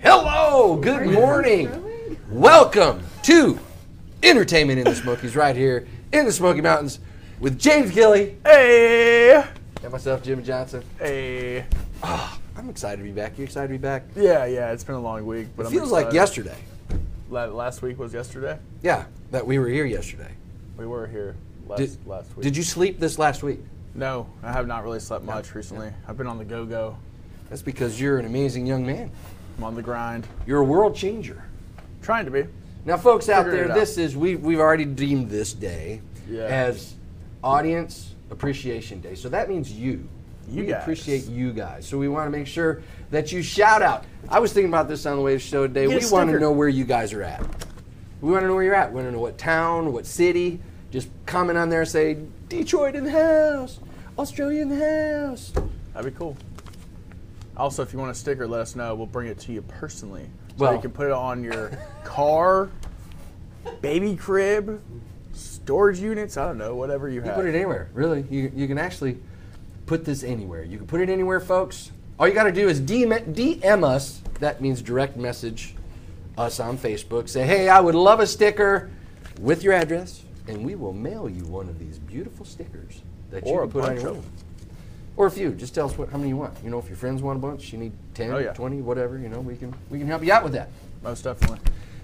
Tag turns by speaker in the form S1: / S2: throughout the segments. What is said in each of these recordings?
S1: Hello, good morning. Welcome to Entertainment in the Smokies, right here in the Smoky Mountains with James Gilly
S2: Hey,
S1: and myself, Jimmy Johnson.
S2: hey.
S1: I'm excited to be back. You excited to be back? It
S2: Yeah, yeah. It's been a long week, but I'm
S1: feels
S2: excited.
S1: like yesterday.
S2: La- Last week was yesterday.
S1: Yeah, that we were here yesterday.
S2: We were here last
S1: Did,
S2: last week.
S1: did you sleep this last week?
S2: No, I have not really slept much recently. I've been on the go go.
S1: That's because you're an amazing young man.
S2: I'm on the grind,
S1: You're a world changer.
S2: trying to be.
S1: Now, folks out
S2: Figured
S1: there,
S2: it
S1: this is we we've already deemed this day
S2: Yeah.
S1: as Audience Appreciation Day. So that means you.
S2: You
S1: we
S2: guys.
S1: appreciate you guys. So we want to make sure that you shout out. I was thinking about this on the way to the show today.
S2: Get a
S1: we want to
S2: sticker.
S1: know where you guys are at. We want to know where you're at. We want to know what town, what city. Just comment on there. Say Detroit in the house, Australia in the house.
S2: That'd be cool. Also, if you want a sticker, let us know. We'll bring it to you personally. So
S1: Well-
S2: you can put it on your car, baby crib, storage units. I don't know, whatever you
S1: You
S2: have.
S1: can put it anywhere, really. You, you can actually put this anywhere. You can put it anywhere, folks. All you got to do is DM, DM us. That means direct message us on Facebook. Say, hey, I would love a sticker with your address, and we will mail you one of these beautiful stickers that you
S2: Or
S1: can
S2: a
S1: put on
S2: bunch
S1: your
S2: of
S1: wall. Or a few. Just tell us what, how many you want. You know, if your friends want a bunch, you need 10,
S2: Oh, yeah.
S1: 20, whatever, you know, we can, we can help you out with that.
S2: Most definitely.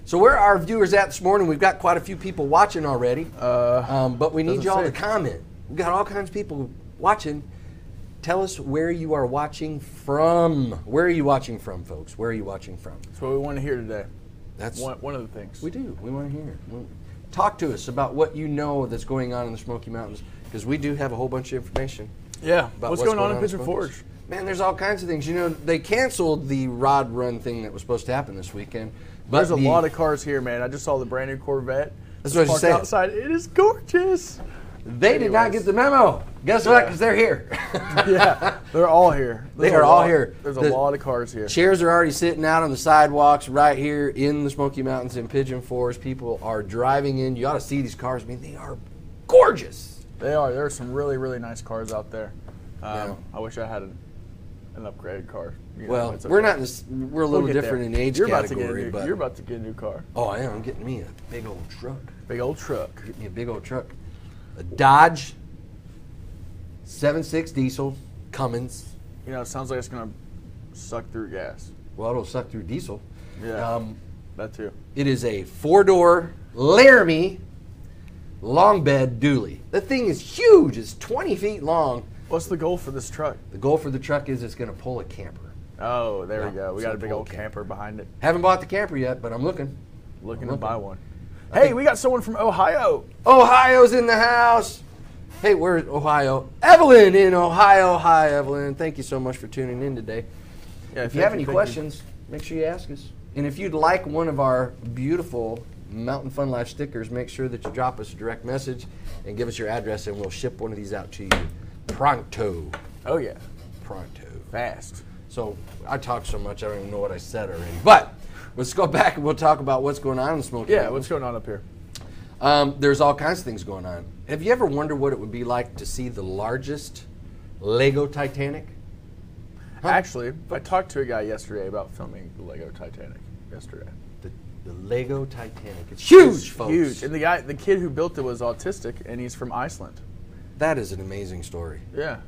S1: So where are our viewers at this morning? We've got quite a few people watching already.
S2: Uh,
S1: Um, but we need
S2: Doesn't
S1: y'all
S2: say.
S1: to comment. We've got all kinds of people watching. Tell us where you are watching from. Where are you watching from, folks? Where are you watching from?
S2: that's what we want to hear today.
S1: That's
S2: One, one of the things.
S1: we do. We want to hear. We- Talk to us about what you know that's going on in the Smoky Mountains because we do have a whole bunch of information.
S2: Yeah.
S1: About
S2: what's, going, on in
S1: the
S2: Pigeon
S1: Smokies.
S2: Forge?
S1: Man, there's all kinds of things. You know, they canceled the rod run thing that was supposed to happen this weekend. But
S2: There's a
S1: the-
S2: lot of cars here, man. I just saw the brand new Corvette.
S1: That's
S2: It's
S1: what I was
S2: parked
S1: saying.
S2: Outside, it is gorgeous.
S1: They did not
S2: Anyways.
S1: get the memo. Guess what?
S2: Yeah.
S1: Because they're here.
S2: yeah, they're all here.
S1: They
S2: There's
S1: are
S2: a
S1: all
S2: lot-
S1: here.
S2: There's a
S1: The-
S2: lot of cars here.
S1: Chairs are already sitting out on the sidewalks right here in the Smoky Mountains in Pigeon Forest. People are driving in. You ought to see these cars. I mean, they are gorgeous.
S2: They are. There are some really, really nice cars out there. Um,
S1: Yeah.
S2: I wish I had an, an upgraded car. You know,
S1: Well,
S2: it's
S1: we're
S2: okay.
S1: not. In this, we're a
S2: We'll
S1: little
S2: get
S1: different
S2: there.
S1: in age
S2: you're
S1: category,
S2: About to get a new,
S1: but
S2: you're about to get a new car.
S1: oh, I am. I'm getting me a big old truck.
S2: Big old truck.
S1: Get me a big old truck, a Dodge 7.6 diesel Cummins.
S2: You know, it sounds like it's gonna suck through gas.
S1: Well, it'll suck through diesel.
S2: Yeah.
S1: Um,
S2: That too.
S1: It is a four door Laramie long bed dually. The thing is huge, it's 20 feet long.
S2: What's the goal for this truck?
S1: The goal for the truck is it's going to pull a camper.
S2: Oh, there
S1: Yeah,
S2: we go. We
S1: it's
S2: got
S1: a
S2: a big
S1: full
S2: old
S1: camper.
S2: camper behind it.
S1: Haven't bought the camper yet, but I'm looking.
S2: looking
S1: I'm
S2: to buy
S1: looking.
S2: one. Hey, we got someone from Ohio.
S1: Ohio's in the house. Hey, where's Ohio? Evelyn in Ohio. Hi, Evelyn. Thank you so much for tuning in today.
S2: Yeah,
S1: If you have any questions, make sure you ask us. And if you'd like one of our beautiful Mountain Fun Life stickers, make sure that you drop us a direct message and give us your address, and we'll ship one of these out to you pronto.
S2: Oh yeah,
S1: Pronto.
S2: fast.
S1: So I talked so much, I don't even know what I said already. But let's go back and we'll talk about what's going on in the Smoky
S2: Yeah,
S1: Mountains.
S2: what's going on up here?
S1: Um, there's all kinds of things going on. Have you ever wondered what it would be like to see the largest Lego Titanic?
S2: Actually, I talked to a guy yesterday about filming the Lego Titanic yesterday.
S1: The, the Lego Titanic. It's huge, folks.
S2: Huge. And the guy, the kid who built it was autistic, and he's from Iceland.
S1: That is an amazing story.
S2: Yeah,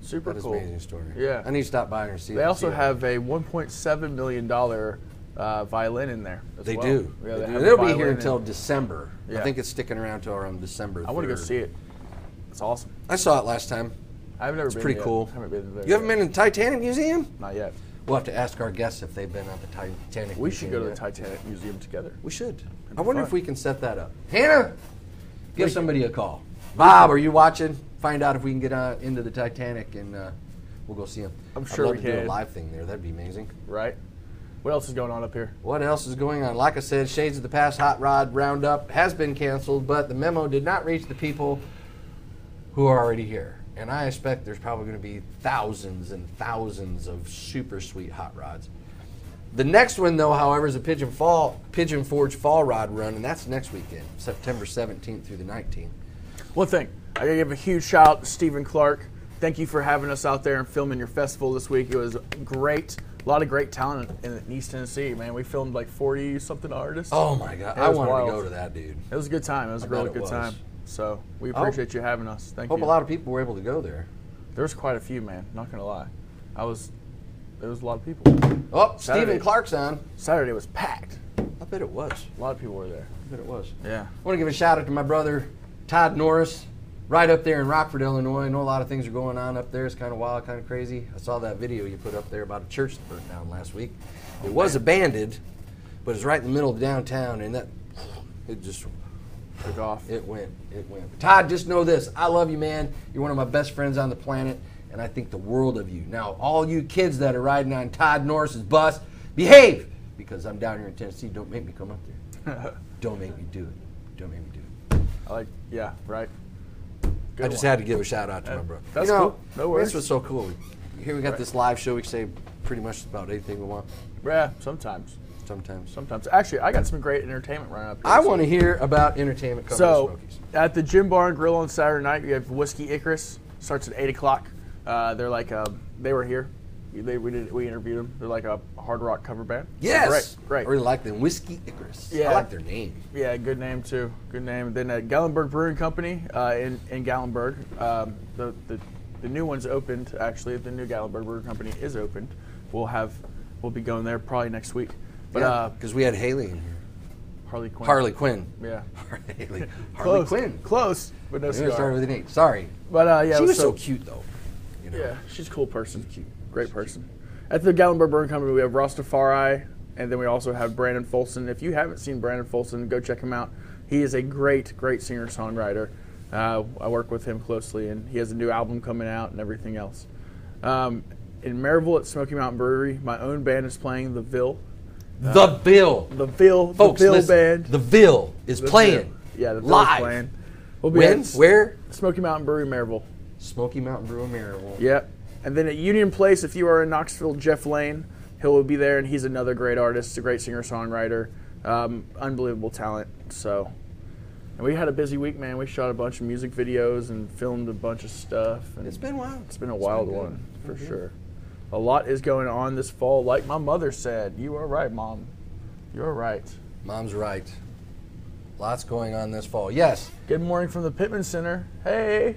S2: super
S1: That is
S2: cool.
S1: an amazing story.
S2: Yeah.
S1: I need to stop by and see
S2: They
S1: it-
S2: also
S1: see it.
S2: have a 1.7 million dollar uh, violin in there. as
S1: They
S2: well.
S1: do.
S2: Yeah,
S1: they
S2: they
S1: do.
S2: have a
S1: It'll be here
S2: violin
S1: until
S2: in-
S1: December. I
S2: Yeah.
S1: think it's sticking around till around December.
S2: I want to go
S1: 3rd.
S2: see it. It's awesome.
S1: I saw it last time.
S2: I've never
S1: It's
S2: been.
S1: pretty
S2: yet.
S1: cool.
S2: I haven't been there.
S1: You haven't
S2: yet.
S1: been in the Titanic Museum?
S2: Not yet.
S1: We'll have to ask our guests if they've been at the Titanic.
S2: We
S1: Museum
S2: should go to the
S1: yet.
S2: Titanic Museum together.
S1: We should.
S2: It'd
S1: I
S2: be
S1: wonder
S2: fun.
S1: if we can set that up. Hannah, give somebody a call. Bob, are you watching? Find out if we can get uh, into the Titanic and uh, we'll go see him.
S2: I'm sure
S1: I'd love
S2: we
S1: to do a
S2: can.
S1: live thing there. That'd be amazing.
S2: right? What else is going on up here?
S1: What else is going on? Like I said, Shades of the Past Hot Rod Roundup has been canceled, but the memo did not reach the people who are already here. And I expect there's probably going to be thousands and thousands of super sweet hot rods. The next one, though, however, is a Pigeon Fall Pigeon Forge Fall Rod Run, and that's next weekend, September 17th through the 19th.
S2: One thing, I gotta give a huge shout out to Stephen Clark. Thank you for having us out there and filming your festival this week. It was great. A lot of great talent in, in East Tennessee, man. We filmed like 40 something artists.
S1: Oh my god,
S2: It
S1: I
S2: was
S1: wanted
S2: wild.
S1: to go to that, dude.
S2: It was a good time. It was a
S1: I
S2: really
S1: bet it
S2: good
S1: was. Oh.
S2: time. So we appreciate you having us. Thank
S1: Hope a
S2: you.
S1: lot of people were able to go there.
S2: There's quite a few, man. Not gonna lie, I was. There was a lot of people.
S1: Oh,
S2: Saturday.
S1: Stephen Clark's on.
S2: Saturday was packed.
S1: I bet it was.
S2: A lot of people were there.
S1: I bet it was.
S2: Yeah.
S1: I want to give a shout out to my brother Todd Norris, right up there in Rockford, Illinois. I know a lot of things are going on up there. It's kind of wild, kind of crazy. I saw that video you put up there about a church that burned down last week. It was abandoned, but it's right in the middle of downtown, and that it just
S2: Took off.
S1: it went it went. But Todd, just know this: I love you, man. You're one of my best friends on the planet, and I think the world of you. Now, all you kids that are riding on Todd Norris's bus, behave, because I'm down here in Tennessee. Don't make me come up there. Don't make me do it. Don't make me do it.
S2: I like. Yeah. Right. Good
S1: I just
S2: one.
S1: had to give a shout out to my brother.
S2: that's
S1: you know,
S2: cool. No worries.
S1: This was so cool. Here we got this live show. We can say pretty much about anything we want
S2: Yeah. Sometimes.
S1: sometimes.
S2: Sometimes. Actually, I got some great entertainment right up here.
S1: I
S2: so-
S1: want to hear about entertainment company
S2: So,
S1: Smokies.
S2: at the Gym Bar and Grill on Saturday night, we have Whiskey Icarus. Starts at eight o'clock. Uh, they're like uh, they were here. They, we did we interviewed them. They're like a hard rock cover band.
S1: Yes,
S2: Great.
S1: I
S2: Great.
S1: really like them. Whiskey Icarus.
S2: Yeah.
S1: I like their name.
S2: Yeah, good name too. Good name. Then uh, Gallenberg Brewing Company uh, in in Gallenberg. Um, the, the the new one's opened actually. The new Gallenberg Brewing Company is opened. We'll have we'll be going there probably next week. But uh,
S1: because we had Haley in here,
S2: Harley Quinn.
S1: Harley Quinn.
S2: Yeah.
S1: Haley. Harley
S2: Close.
S1: Quinn.
S2: Close, but no
S1: We didn't
S2: cigar.
S1: start with an H. Sorry.
S2: But uh, yeah,
S1: she was
S2: so
S1: so, cute though. You know.
S2: Yeah, she's a cool person.
S1: She's cute.
S2: Great
S1: She's
S2: person. At the Gallenberg Brewing Company, we have Rastafari, and then we also have Brandon Folsom. If you haven't seen Brandon Folsom, go check him out. He is a great, great singer songwriter. Uh, I work with him closely, and he has a new album coming out and everything else. Um, in Maryville at Smoky Mountain Brewery, my own band is playing The Ville.
S1: the Bill.
S2: The Ville,
S1: Folks,
S2: The Ville
S1: listen,
S2: Band.
S1: The Bill is
S2: The
S1: playing.
S2: Ville. Yeah, The Ville
S1: live.
S2: is playing. We'll be
S1: When?
S2: at
S1: Where?
S2: Smoky Mountain Brewery, Maryville.
S1: Smoky Mountain Brew Maryville.
S2: Yep. And then at Union Place, if you are in Knoxville, Jeff Lane, he'll be there, and he's another great artist, a great singer songwriter, um, unbelievable talent. So, and we had a busy week, man. We shot a bunch of music videos and filmed a bunch of stuff. And
S1: It's been wild.
S2: it's been Mm-hmm. a wild
S1: good. Mm-hmm.
S2: one for sure. A lot is going on this fall, like my mother said. You are right, mom. You are right.
S1: Mom's right. Lots going on this fall. Yes,
S2: Good morning from the Pittman Center. Hey.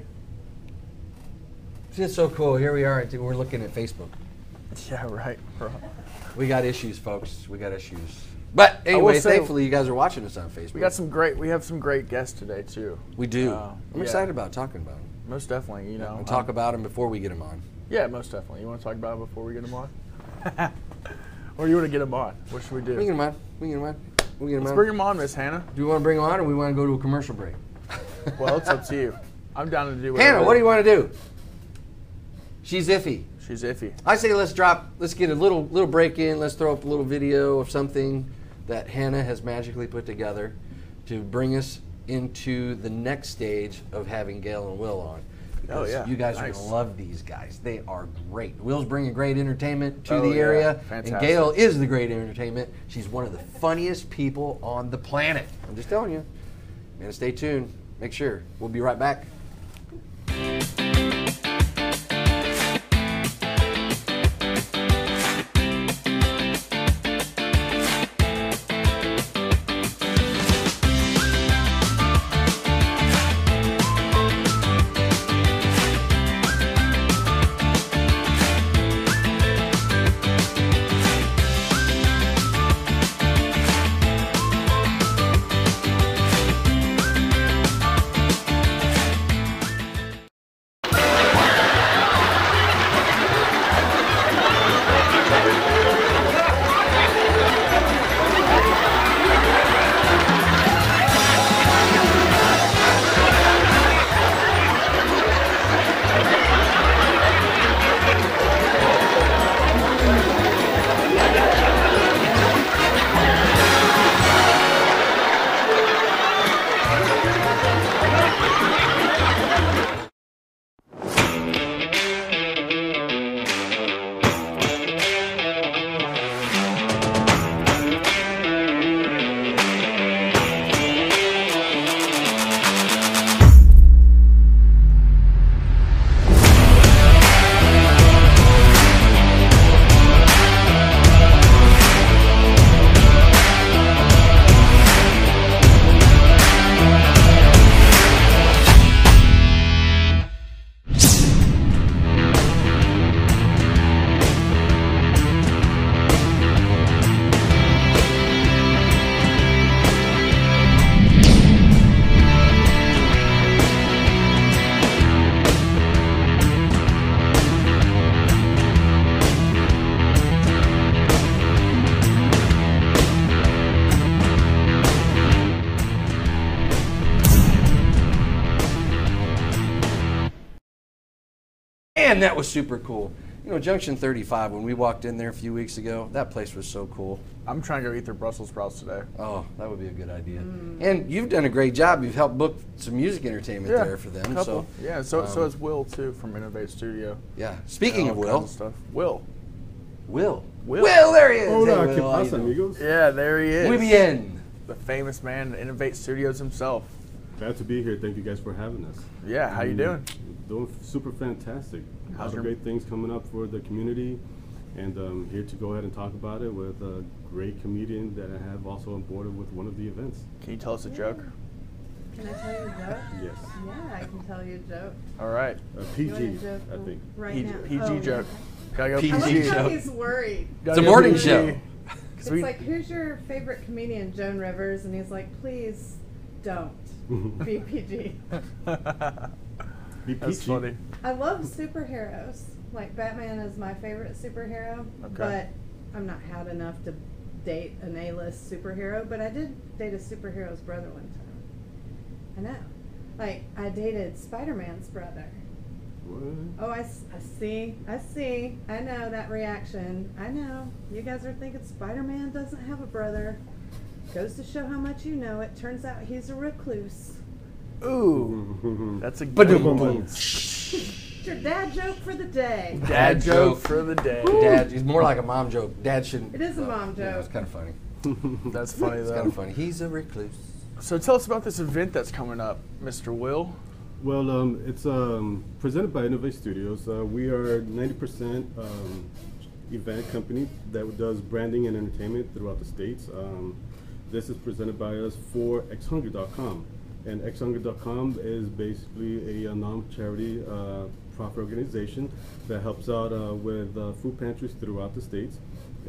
S1: it's just so cool. Here we are. We're looking at Facebook.
S2: Yeah, right, bro.
S1: We got issues, folks. We got issues. But anyway,
S2: say-
S1: thankfully, you guys are watching us on Facebook.
S2: We got some great. We have some great guests today too.
S1: We do.
S2: Uh,
S1: I'm
S2: yeah.
S1: excited about talking about them.
S2: Most definitely, you know.
S1: We'll talk about them before we get them on.
S2: Yeah, most definitely. You want to talk about it before we get them on? or you want to get them on? What should we do?
S1: We get them on. We get them on. We get them
S2: Let's
S1: on.
S2: bring them on, Miss Hannah.
S1: do you want to bring them on, or we want to go to a commercial break?
S2: Well, it's up to you. I'm down to do whatever.
S1: Hannah, what do you want to do? She's iffy.
S2: She's iffy.
S1: I say let's drop, let's get a little little break in. Let's throw up a little video of something that Hannah has magically put together to bring us into the next stage of having Gail and Will on. Because
S2: Oh, yeah.
S1: you guys are
S2: Nice.
S1: gonna love these guys. They are great. Will's bringing great entertainment to
S2: Oh,
S1: the
S2: yeah.
S1: area,
S2: Fantastic.
S1: and Gail is the great entertainment. She's one of the funniest people on the planet. I'm just telling you. And stay tuned. Make sure we'll be right back. man, that was super cool. You know, Junction 35, when we walked in there a few weeks ago, that place was so cool.
S2: I'm trying to go eat their Brussels sprouts today.
S1: Oh, that would be a good idea.
S3: Mm.
S1: And you've done a great job. You've helped book some music entertainment there for them.
S2: couple.
S1: So,
S2: yeah, so so
S1: um,
S2: is Will too from Innovate Studio.
S1: yeah. Speaking
S2: All
S1: of
S2: kinds
S1: Will,
S2: stuff. Will.
S1: Will,
S2: Will.
S1: Will, there he is.
S4: Hola,
S1: Will,
S4: ¿qué
S1: how you
S4: Oh, pasa,
S1: doing?
S4: amigos?
S2: Yeah, there he is.
S1: Muy bien.
S2: The famous man, at Innovate Studios himself.
S4: Glad to be here. Thank you guys for having us.
S2: Yeah, how
S1: Mm.
S2: you
S4: Um,
S2: doing?
S4: Doing super fantastic. A
S2: How's
S4: lot
S2: your-
S4: of great things coming up for the community, and um, here to go ahead and talk about it with a great comedian that I have also on board with one of the events.
S2: Can you tell us a joke?
S3: Can I tell you a joke?
S4: Yes,
S3: Yeah, I can tell you a joke.
S2: All right.
S4: a
S3: You want a
S4: PG,
S3: joke
S4: Uh, I think.
S3: Right
S2: P-
S3: now.
S2: PG
S3: Oh,
S2: joke.
S3: yeah.
S2: Gotta go
S1: PG
S3: I like how
S1: joke.
S3: he's worried.
S1: It's a morning show.
S3: It's
S2: we,
S3: like, who's your favorite comedian, Joan Rivers? And he's like, please don't be PG.
S4: Be
S2: that's
S4: PG.
S2: funny.
S3: I love superheroes. Like Batman is my favorite superhero,
S2: Okay.
S3: but I'm not had enough to date an A-list superhero. But I did date a superhero's brother one time. I know. Like I dated Spider-Man's brother.
S4: What?
S3: Oh, I, s- I see. I see. I know that reaction. I know. You guys are thinking Spider Man doesn't have a brother. Goes to show how much you know. It turns out he's a recluse.
S2: Ooh, that's a good one.
S4: Ba-dum-bum.
S3: It's your dad joke for the day.
S2: Dad
S1: Dad
S2: joke
S1: joke.
S2: for the day.
S1: Dad, he's more like a mom joke. Dad shouldn't.
S3: It is a
S1: well,
S3: mom
S1: yeah,
S3: joke.
S1: it's kind of funny.
S2: That's funny
S1: It's kind
S2: though.
S1: of funny. He's a recluse.
S2: So tell us about this event that's coming up, Mr. Will.
S4: Well, um, it's um, presented by Innovate Studios. Uh, we are 90% um, event company that does branding and entertainment throughout the states. Um, this is presented by us for xhunger.com. And xhunger.com is basically a, uh non-charity uh, profit organization that helps out uh, with uh, food pantries throughout the states.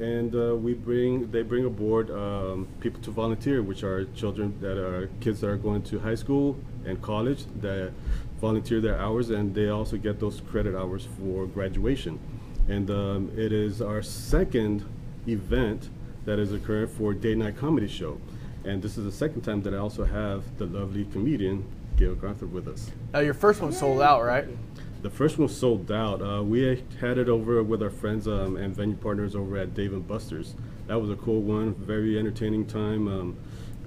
S4: And uh, we bring, they bring aboard um, people to volunteer, which are children that are kids that are going to high school and college that volunteer their hours, and they also get those credit hours for graduation. And um, it is our second event that is occurring for Day Night Comedy Show. And this is the second time that I also have the lovely comedian Gail Grantham with us.
S2: Now your first one sold out, right?
S4: The first one sold out. Uh, we had it over with our friends um, and venue partners over at Dave and Buster's. That was a cool one, very entertaining time. Um,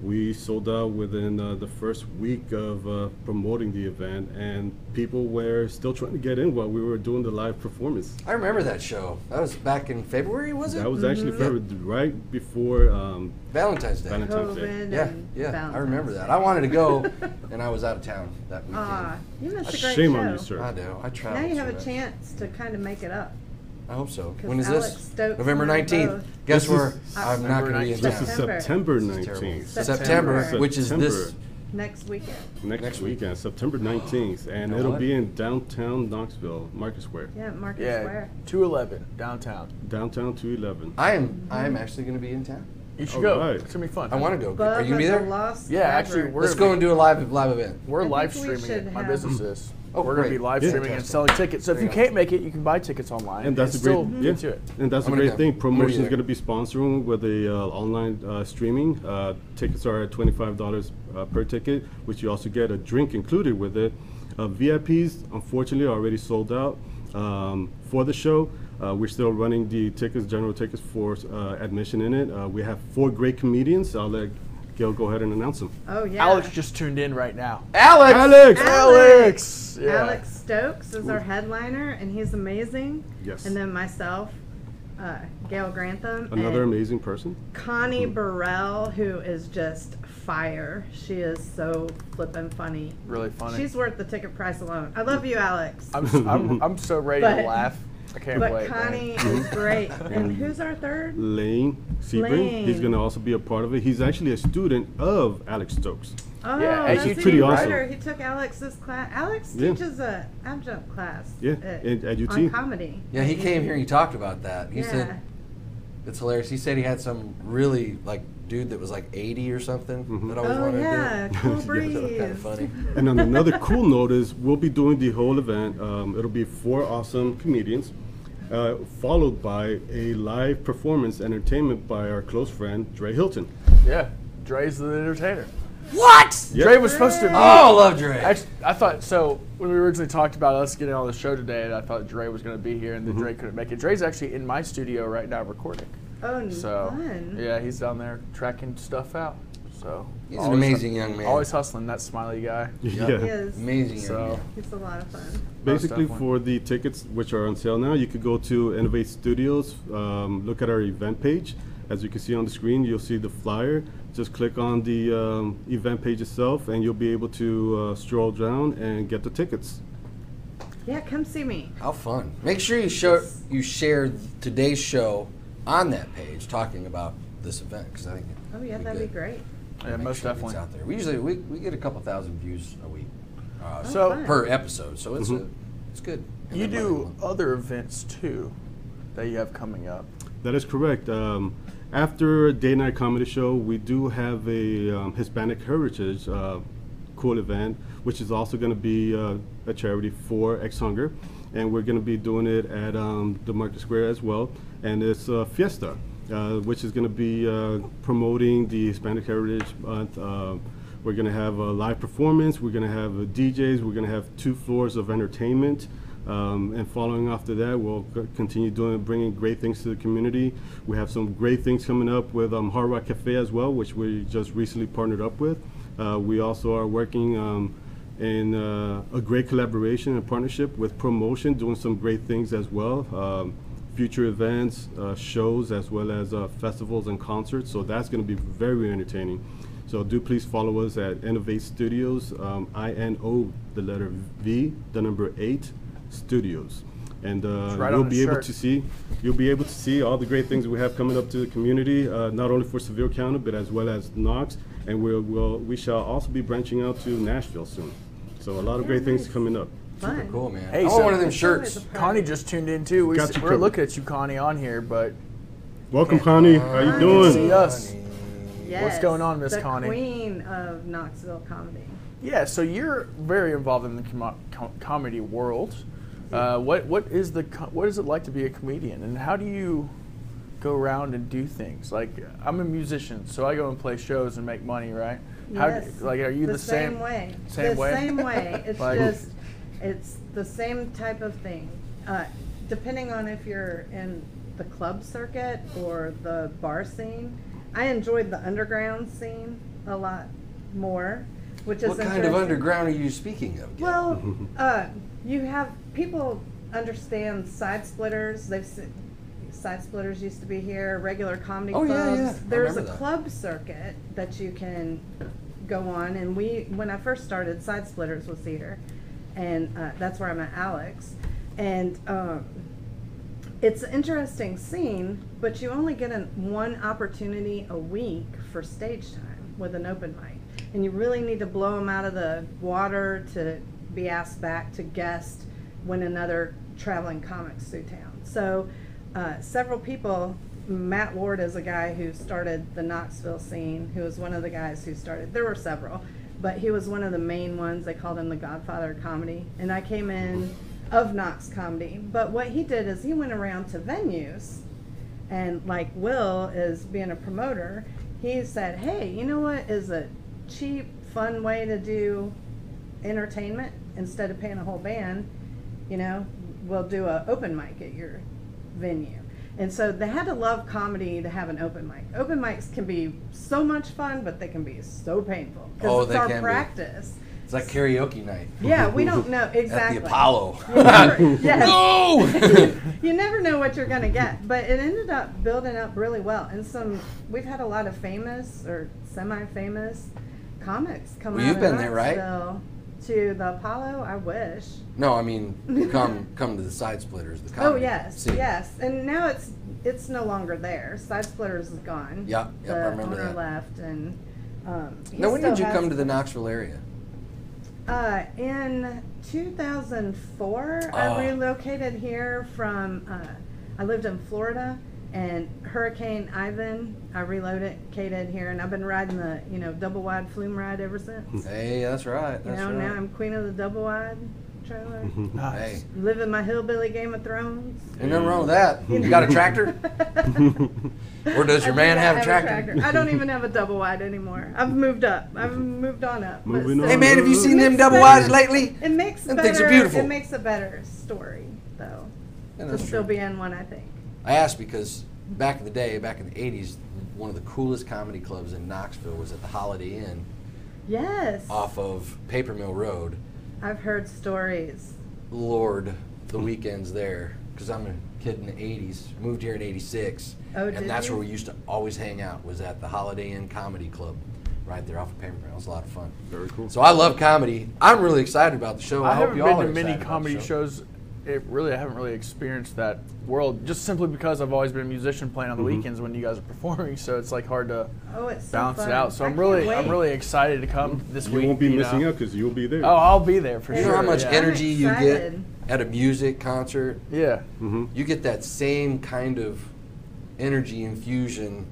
S4: we sold out within uh, the first week of uh, promoting the event, and people were still trying to get in while we were doing the live performance.
S1: I remember that show. That was back in February, was it? Mm-hmm.
S4: That was actually February- right before um,
S1: Valentine's Day.
S4: Valentine's- Sometimes they-
S3: COVID.
S1: Yeah,
S3: and
S1: yeah. I
S3: Valentine's
S1: remember
S3: Day.
S1: that. I wanted to go, and I was out of town that weekend.
S3: Ah, you missed a great
S4: Shame
S3: show.
S4: on you, sir.
S1: I do. I travel.
S3: Now you have
S1: so
S3: a
S1: much.
S3: chance to kind of make it up.
S1: I hope so.
S3: 'Cause
S1: When is
S3: Alex
S1: this?
S3: Stokes
S1: November
S3: and I
S1: 19th.
S3: both-
S1: Guess
S4: This
S1: where?
S4: is-
S1: I'm not going to be in
S3: This
S4: this
S1: town.
S4: is
S3: September.
S4: September
S1: It's terrible.
S4: 19th.
S1: September,
S3: September.
S1: which is this.
S4: September.
S3: Next weekend.
S4: Next,
S1: Next week.
S4: weekend, September 19th, and
S1: know
S4: it'll
S1: what?
S4: be in downtown Knoxville, Market Square.
S3: Yeah, Market
S2: Yeah,
S3: Square.
S2: two eleven downtown.
S4: Downtown 211.
S1: I am. I am actually going to be in town.
S2: You should
S4: All
S2: go.
S4: right.
S2: It's gonna be fun.
S1: I want to go.
S3: But
S1: Are you gonna be
S3: The
S1: there?
S3: lost
S2: Yeah, actually,
S3: Lover.
S2: we're
S1: Let's go and do a live live event.
S2: We're
S3: I
S2: live
S3: think we
S2: streaming
S3: should
S2: it. My
S3: have-
S2: business is.
S1: Oh,
S2: We're going to be
S1: great.
S2: live
S1: Yeah.
S2: streaming and
S1: Fantastic.
S2: selling tickets. So if
S1: There
S2: you
S1: you go.
S2: can't make it, you can buy tickets online.
S4: and that's
S2: It's
S4: a great,
S2: still
S4: yeah,
S2: into it.
S4: and that's a
S1: I'm gonna
S4: great
S1: go.
S4: thing.
S1: I'm gonna
S4: Promotion
S1: go.
S4: is going to be sponsoring with the uh, online uh, streaming. Uh, tickets are at twenty-five dollars uh, per ticket, which you also get a drink included with it. Uh, VIPs, unfortunately, are already sold out um, for the show. Uh, we're still running the tickets, general tickets for uh, admission in it. Uh, we have four great comedians. I'll let Gail go ahead and announce them.
S3: Oh yeah. Eh.
S2: Alex just tuned in right now.
S1: Alex.
S4: Alex.
S2: Alex. Yeah.
S3: Alex Stokes is our headliner, and he's amazing.
S4: Yes.
S3: And then myself, uh, Gail Grantham,
S4: Another Hmm.
S3: and
S4: amazing person.
S3: Connie Burrell, who is just fire. She is so flippin' funny.
S2: Really funny.
S3: She's worth the ticket price alone. I love you, Alex.
S2: I'm, s- I'm, I'm so ready
S3: But-
S2: to laugh. I can't
S3: but
S2: wait. man.
S3: Connie is great. And who's our third?
S4: Lane Sebring. He's
S3: Lane.
S4: going to also be a part of it. He's actually a student of Alex Stokes.
S3: Oh,
S2: Yeah,
S3: that's
S2: he's
S3: even
S4: pretty awesome.
S3: better. He took Alex's class. Alex
S4: Yeah.
S3: teaches a adjunct class.
S4: Yeah,
S3: at,
S4: in- at UT.
S3: on comedy.
S1: Yeah, he came here. and He talked about that. He
S3: yeah.
S1: said it's hilarious. He said he had some really like dude that was like 80 or something
S4: Mm-hmm.
S1: that always
S3: Oh
S1: wanted
S3: yeah,
S1: to
S3: cool
S1: do. it.
S3: breeze.
S1: So kind of funny.
S4: And on another cool note is we'll be doing the whole event. Um, it'll be four awesome comedians, uh, followed by a live performance entertainment by our close friend Dre Hilton.
S2: Yeah. Dre's the entertainer.
S1: What?
S4: Yep.
S2: Dre was supposed to.
S1: Oh, I love Dre.
S2: Actually, I thought so. When we originally talked about us getting on the show today, I thought Dre was going to be here, and
S1: Mm-hmm.
S2: then Dre couldn't make it. Dre's actually in my studio right now recording.
S3: Oh, n-
S2: So
S3: fun.
S2: yeah, he's down there tracking stuff out. So
S1: He's an
S2: always hu-
S1: amazing young man.
S2: Always hustling. That smiley guy.
S4: Yeah.
S3: He is.
S1: Amazing.
S2: So
S3: He's a lot of fun.
S4: Basically,
S2: definitely.
S4: for the tickets which are on sale now, you could go to Innovate Studios, um, look at our event page. As you can see on the screen, you'll see the flyer. Just click on the um, event page itself, and you'll be able to uh, stroll down and get the tickets.
S3: Yeah, come see me.
S1: How fun! Make sure you show you share today's show on that page, talking about this event because I think.
S3: Oh yeah,
S1: it'd
S3: that'd be
S1: good.
S3: great.
S2: yeah,
S1: Make
S2: most
S1: sure it gets
S2: definitely.
S1: out there. We usually we, we get a couple thousand views a week uh,
S2: So-
S3: Oh, fun.
S1: per episode, so it's
S4: Mhm.
S1: a, it's good. And
S2: You
S1: then
S2: do
S1: Monday-
S2: other events too that you have coming up.
S4: That is correct. Um, after Day Night Comedy Show, we do have a um, Hispanic Heritage uh, cool event, which is also going to be uh, a charity for Ex Hunger. And we're going to be doing it at um, the Market Square as well. And it's a fiesta, uh, which is going to be uh, promoting the Hispanic Heritage Month. Uh, we're going to have a live performance, we're going to have uh, DJs, we're going to have two floors of entertainment. Um, and following after that, we'll c- continue doing, bringing great things to the community. We have some great things coming up with um, Hard Rock Cafe as well, which we just recently partnered up with. Uh, we also are working um, in uh, a great collaboration and partnership with Promotion, doing some great things as well. Um, future events, uh, shows, as well as uh, festivals and concerts. So that's going to be very entertaining. So do please follow us at Innovate Studios, um, I N O, the letter V, the number eight, Studios, and uh,
S2: It's right on
S4: you'll
S2: the
S4: be able
S2: shirt.
S4: to see you'll be able to see all the great things we have coming up to the community, uh, not only for Seville County but as well as Knox, and we'll, we'll we shall also be branching out to Nashville soon. So a lot of great things
S3: nice.
S4: coming up.
S3: Fun.
S1: Cool man.
S2: Hey,
S1: I want
S2: so-
S1: one of them
S3: It's always
S1: shirts.
S3: a party.
S2: Connie just tuned in too. We
S4: Got
S2: s-
S4: you
S2: we're
S4: covered.
S2: looking at you, Connie, on here, but
S4: Welcome, Connie. How you
S2: see
S4: doing?
S2: us.
S3: Yes,
S2: What's going on, Miss Connie?
S3: The queen of Knoxville comedy.
S2: Yeah, so you're very involved in the com- com- comedy world. Uh, what what is the co- what is it like to be a comedian, and how do you go around and do things? Like I'm a musician, so I go and play shows and make money, right? How d-
S3: Yes.
S2: like are you the,
S3: same, way?
S2: same
S3: the
S2: way?
S3: same way. It's
S2: Like-
S3: just it's the same type of thing. Uh, depending on if you're in the club circuit or the bar scene, I enjoyed the underground scene a lot more, which is
S1: What kind of
S3: interesting.
S1: underground are you speaking of? Gabe?
S3: Well, uh, you have people understand side splitters. They've se- side splitters used to be here. Regular comedy
S1: Oh, yeah,
S3: clubs.
S1: yeah. I
S3: There's a
S1: remember that.
S3: club circuit that you can go on. And we, when I first started, side splitters was here, and uh, that's where I met Alex. And um, it's an interesting scene, but you only get an, one opportunity a week for stage time with an open mic. And you really need to blow them out of the water to be asked back to guest when another traveling comic's through town. So, uh, several people, Matt Ward is a guy who started the Knoxville scene, who was one of the guys who started, there were several, but he was one of the main ones. They called him the Godfather of Comedy. And I came in of Knox Comedy. But what he did is he went around to venues, and like Will is being a promoter, he said, "Hey, you know what is a cheap, fun way to do entertainment instead of paying a whole band? You know, we'll do a open mic at your venue." And so they had to love comedy to have an open mic. Open mics can be so much fun, but they can be so painful because
S1: Oh,
S3: it's
S1: they
S3: our
S1: can be.
S3: practice.
S1: it's like karaoke night
S3: Yeah, we don't know exactly.
S1: at the Apollo.
S3: You never- yes.
S1: No.
S3: you never know what you're gonna get, but it ended up building up really well. And some, we've had a lot of famous or semi-famous comics come
S1: Well,
S3: out.
S1: you've
S3: of
S1: been there, right?
S3: Knoxville To the Apollo, I wish.
S1: no, I mean come come to the side splitters. The
S3: Oh
S1: comedy
S3: yes,
S1: scene.
S3: yes. And now it's it's no longer there. Side Splitters is gone.
S1: Yeah, yeah, I
S3: the
S1: remember
S3: owner
S1: that.
S3: left, and um, he
S1: Now, when did
S3: still
S1: you
S3: has
S1: come to the Knoxville area?
S3: Uh, in 2004,
S1: Ah.
S3: I relocated here from, uh, I lived in Florida and Hurricane Ivan, I relocated here and I've been riding the,
S1: Hmm.
S3: you know, double wide flume ride ever since.
S1: Hey, that's right.
S3: You
S1: That's
S3: know,
S1: right.
S3: now I'm queen of the double wide. trailer.
S1: Mm-hmm. Hey,
S3: Living my hillbilly Game of Thrones.
S1: ain't nothing wrong with that. You got a tractor? Or does your
S3: I
S1: man
S3: do
S1: have a
S3: not
S1: tractor?
S3: I don't even have a double wide anymore. I've moved up. I've moved on up. but
S4: Moving
S3: still-
S4: on.
S1: Hey man, have you seen them double wides lately?
S3: It makes
S1: Them
S3: better.
S1: things are beautiful.
S3: It makes a better story though.
S1: Yeah,
S3: to
S1: that's
S3: still
S1: true.
S3: be in one, I think.
S1: I asked because back in the day, back in the '80s, one of the coolest comedy clubs in Knoxville was at the Holiday Inn
S3: Yes.
S1: off of Paper Mill Road.
S3: I've heard stories.
S1: Lord, the weekends there, because I'm a kid in the '80s. Moved here in '86,
S3: Oh,
S1: and
S3: did
S1: that's
S3: you?
S1: where we used to always hang out. Was at the Holiday Inn Comedy Club, right there off of Paper Mill. It was a lot of fun.
S4: Very cool.
S1: So I love comedy. I'm really excited about the show. I,
S2: I
S1: hope
S2: haven't
S1: you all
S2: been
S1: are
S2: to many
S1: excited about
S2: comedy
S1: the show.
S2: shows. It really, I haven't really experienced that world just simply because I've always been a musician playing on the
S1: Mm-hmm.
S2: weekends when you guys are performing. So it's like hard to
S3: Oh, it's so
S2: balance
S3: fun.
S2: it out. So
S3: I
S2: I'm
S3: can't
S2: really,
S3: wait.
S2: I'm really excited to come this
S4: you
S2: week.
S4: won't be
S2: you
S4: missing
S2: know.
S4: out because you'll be there.
S2: Oh, I'll be there for
S3: You
S1: You
S2: sure.
S1: know how much
S2: yeah.
S1: energy you get
S3: excited.
S1: at a music concert.
S2: Yeah.
S4: Mm-hmm.
S1: You get that same kind of energy infusion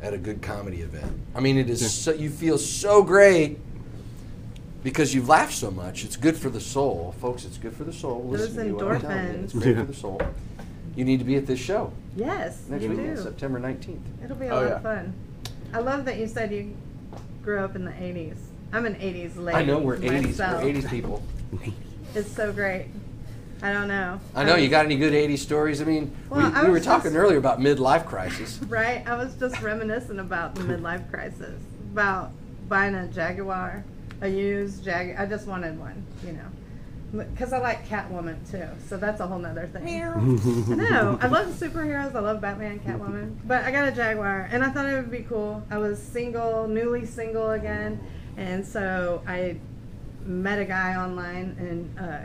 S1: at a good comedy event. I mean, it is so, you feel so great because you've laughed so much. It's good for the soul, folks. It's good for the soul.
S3: Those
S1: Listen to what I'm telling you. It's
S3: endorphins.
S1: great
S4: Yeah.
S1: for the soul. You need to be at this show
S3: Yes,
S1: next
S3: you
S1: weekend,
S3: do.
S1: September 19th.
S3: It'll be a
S2: Oh,
S3: lot
S2: yeah.
S3: of fun. I love that you said you grew up in the 80s. I'm an 80s lady.
S1: I know we're 80s.
S3: myself.
S1: We're 80s people.
S3: It's so great. I don't know. Um,
S1: I know. You got any good 80s stories? I mean,
S3: Well,
S1: we,
S3: I
S1: we were
S3: was
S1: talking
S3: just-
S1: earlier about midlife crisis.
S3: Right? I was just reminiscing about the midlife crisis, about buying a Jaguar, a used Jaguar. I just wanted one, you know. Because I like Catwoman too, so that's a whole nother thing. I know. I love superheroes. I love Batman, Catwoman. But I got a Jaguar, and I thought it would be cool. I was single, newly single again, and so I met a guy online, and uh,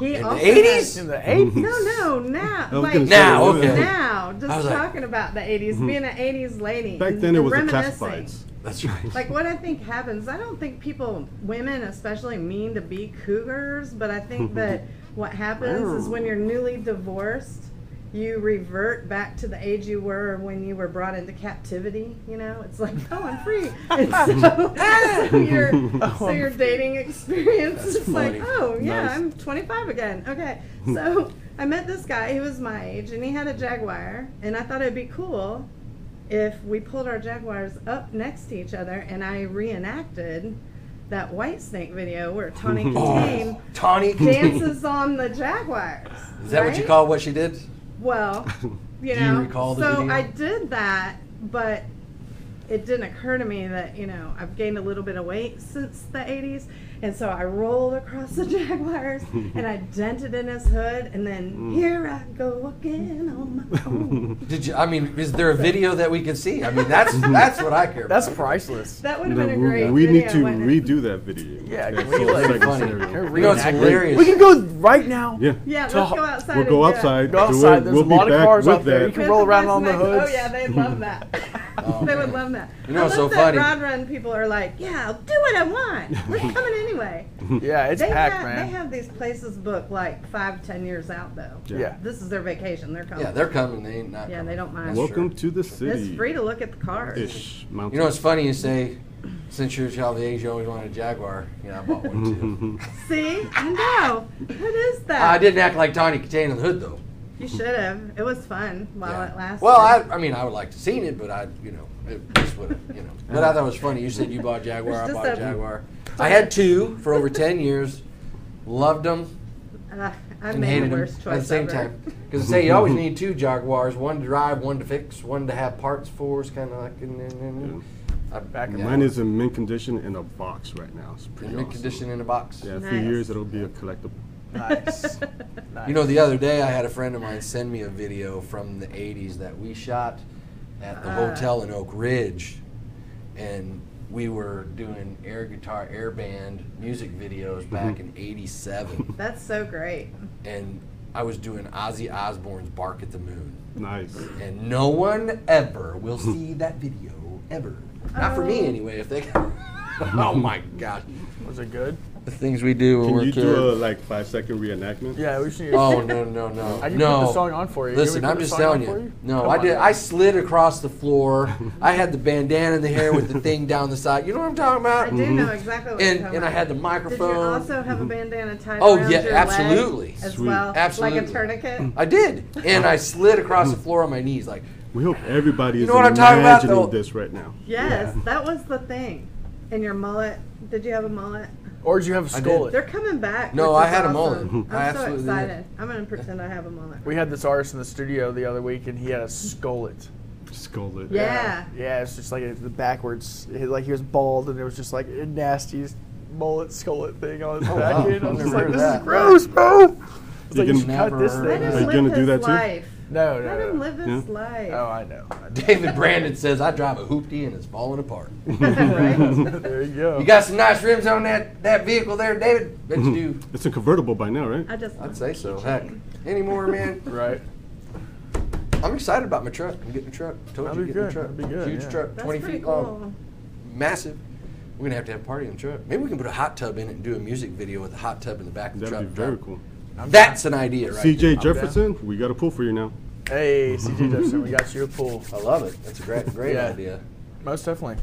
S3: he
S1: In the
S3: also
S1: 80s?
S3: had-
S2: In the eighties.
S3: no, no, now.
S4: I was
S3: Like,
S4: gonna say,
S1: Now,
S4: yeah.
S1: okay.
S3: now, just
S1: I was like-
S3: talking about the 80s, being an 80s lady.
S4: mm-hmm. Back
S3: and-
S4: then it
S3: and
S4: was the
S3: reminiscing.
S4: classifieds.
S1: That's right.
S3: Like what I think happens, I don't think people, women especially, mean to be cougars, but I think that what happens is when you're newly divorced, you revert back to the age you were when you were brought into captivity. You know, it's like, oh, I'm free. And so, so your so your dating experience is
S1: funny.
S3: like, oh yeah,
S4: Nice.
S3: I'm 25 again. Okay, so I met this guy. He was my age, and he had a Jaguar, and I thought it'd be cool if we pulled our jaguars up next to each other and I reenacted that White Snake video where Tawny Katane
S1: Oh, Tawny
S3: dances on the jaguars.
S1: Is that what you
S3: right?
S1: call what she did?
S3: Well, you
S1: Do
S3: know.
S1: you recall the
S3: so
S1: video?
S3: I did that, but it didn't occur to me that you know I've gained a little bit of weight since the '80s, and so I rolled across the Jaguars and I dented in his hood, and then
S1: Mm.
S3: here I go again on my own.
S1: Did you? I mean, is there a video that we can see? I mean, that's that's what I care about.
S2: That's priceless.
S3: That would have been a
S4: Then
S3: great.
S4: we, we need
S3: video,
S4: to
S3: wouldn't it?
S4: redo that video.
S2: Yeah,
S4: That's
S2: can we,
S4: all
S2: like,
S4: second
S1: funny.
S4: scenario.
S2: Can
S1: You know, it's
S2: reenact it?
S1: hilarious.
S2: We can go right now.
S4: Yeah.
S3: Yeah, let's
S2: To-
S3: go outside.
S4: We'll
S3: and
S4: go
S3: do it.
S4: outside.
S2: Go
S4: do
S2: outside,
S4: it.
S2: there's
S4: We'll
S2: a
S4: be
S2: lot of
S4: back
S2: cars
S4: with
S2: out there.
S4: that.
S2: You can
S3: With
S2: roll
S3: the
S2: around on the
S3: Westmac-
S2: hoods.
S3: Oh yeah, they love that. they would love that.
S1: Oh, You know
S3: I
S1: what's so
S3: love that
S1: funny?
S3: Rod Run people are like, yeah, I'll do what I want. We're coming anyway.
S2: Yeah, it's
S3: they
S2: packed,
S3: have
S2: man.
S3: they have these places booked like five, ten years out though.
S4: Yeah.
S2: yeah.
S3: This is their vacation. They're coming.
S1: yeah, they're coming. They ain't not.
S3: Yeah,
S1: coming.
S3: they don't mind.
S1: That's
S4: Welcome
S1: true.
S4: to the
S3: it's free
S4: city.
S3: to look at the cars.
S4: Ish mountain.
S1: You know, it's funny you say, since you're a child of the age, you always wanted a Jaguar. Yeah, I bought one
S4: Mm-hmm.
S1: too.
S3: See, I know. What is that?
S1: I didn't act like Tawny Katane in the hood though.
S3: You should have. It was fun while
S1: Yeah.
S3: it lasted.
S1: Well, I, I mean, I would like to seen it, but I, you know, it just would have, you know. But I thought it was funny. You said you bought a Jaguar. I
S3: It's just
S1: bought a
S3: a-
S1: Jaguar. I had two for over ten years. Loved them.
S3: uh, I
S1: and
S3: made
S1: hated
S3: the
S1: them
S3: worst choice
S1: at the same
S3: ever.
S1: time. Because they say you always need two Jaguars, one to drive, one to fix, one to have parts for. It's kind of like and, and, and, I,
S2: Back in
S1: yeah.
S4: Mine is in mint condition in a box right now. It's pretty
S1: in mint
S4: awesome.
S1: condition in a box.
S4: Yeah, for
S3: Nice.
S4: years it'll be a collectible.
S2: Nice.
S1: You know, the other day I had a friend of mine send me a video from the '80s that we shot at
S2: Ah.
S1: the hotel in Oak Ridge, and we were doing air guitar, air band music
S4: Mm-hmm.
S1: videos back in '87,
S3: That's so great.
S1: and I was doing Ozzy Osbourne's "Bark at the Moon."
S4: Nice.
S1: and no one ever will
S4: Hmm.
S1: see that video ever. Not for me anyway. If they, oh my gosh,
S2: Was it good?
S1: the things we do when
S4: Can
S1: we're
S4: you
S1: kids.
S4: do a like five second reenactment?
S2: Yeah, we should.
S1: Oh no no no!
S2: I can put
S1: no.
S2: the song on for you. You want
S1: Listen,
S2: me to
S1: I'm
S2: put the
S1: just
S2: song
S1: telling
S2: on
S1: you.
S2: for you?
S1: No,
S2: Come
S1: I
S2: on,
S1: did.
S2: man.
S1: I slid across the floor. I had the bandana in the hair with the thing down the side. You know what I'm talking about?
S3: I do know exactly what
S1: Mm-hmm. And
S3: you're talking
S1: and I
S3: about.
S1: had the
S3: Did
S1: microphone.
S3: you also have a bandana tied
S1: Oh,
S3: around
S1: yeah,
S3: your
S1: absolutely.
S3: leg as
S4: Sweet.
S3: well, like
S1: Absolutely.
S3: a tourniquet?
S1: I did, and
S2: Oh.
S1: I slid across the floor on my knees like.
S4: We hope everybody
S1: You
S4: is
S1: know what I'm talking
S4: imagining
S1: about, though?
S4: this right now.
S3: Yes, that was the thing. And your mullet? Did you have a mullet?
S2: Or did you have a
S1: I did.
S2: skull?
S3: They're coming back.
S1: No,
S3: which
S1: I
S3: is
S1: had 'em all.
S3: awesome.
S1: Mhm.
S3: I'm
S1: I
S3: so
S1: absolutely did.
S3: excited. I'm gonna pretend I have a mullet.
S2: We had this artist in the studio the other week, and he had a skullet.
S4: Skull it.
S3: Yeah.
S2: Yeah, it's just like a, the backwards. it- like he was bald, and it was just like a nasty mullet skullet thing on his back
S1: Oh, wow.
S2: end. I was just like,
S1: Remember
S2: this is
S1: that.
S2: gross, bro. I was
S4: You
S2: like, you
S4: can
S2: should cut this
S1: never-
S3: Let him
S2: thing.
S4: Are you
S3: live
S4: gonna do
S3: his
S4: that too?
S3: life.
S2: No,
S3: Let
S2: no,
S3: him
S2: no.
S3: live his
S4: Yeah.
S3: life.
S2: Oh, I know. I
S1: David Brandon says I drive a hoopty and it's falling apart.
S2: Oh.
S3: right?
S2: know. there you go.
S1: You got some nice rims on that that vehicle there, David. Bet
S2: Mm-hmm.
S1: you do.
S4: It's a convertible by now, right?
S3: I just.
S1: I'd say so. Heck, any more, man?
S2: right.
S1: I'm excited about my truck. I'm getting a truck. Told
S2: That'd
S1: you,
S2: be
S1: getting a
S2: good.
S1: truck.
S2: That'd be good,
S1: Huge
S2: yeah.
S1: truck,
S3: That's
S1: 20
S3: pretty
S1: feet oh.
S3: cool.
S1: long, massive. We're gonna have to have a party in the truck. Maybe we can put a hot tub in it and do a music video with a hot tub in the back of the truck.
S4: That'd be very cool.
S1: That's an idea, right? there.
S4: CJ Jefferson, we got a pool for you now.
S2: Hey, CJ Jefferson, we got you a pool.
S1: I love it. That's a great, great
S2: Yeah.
S1: idea.
S2: Most definitely.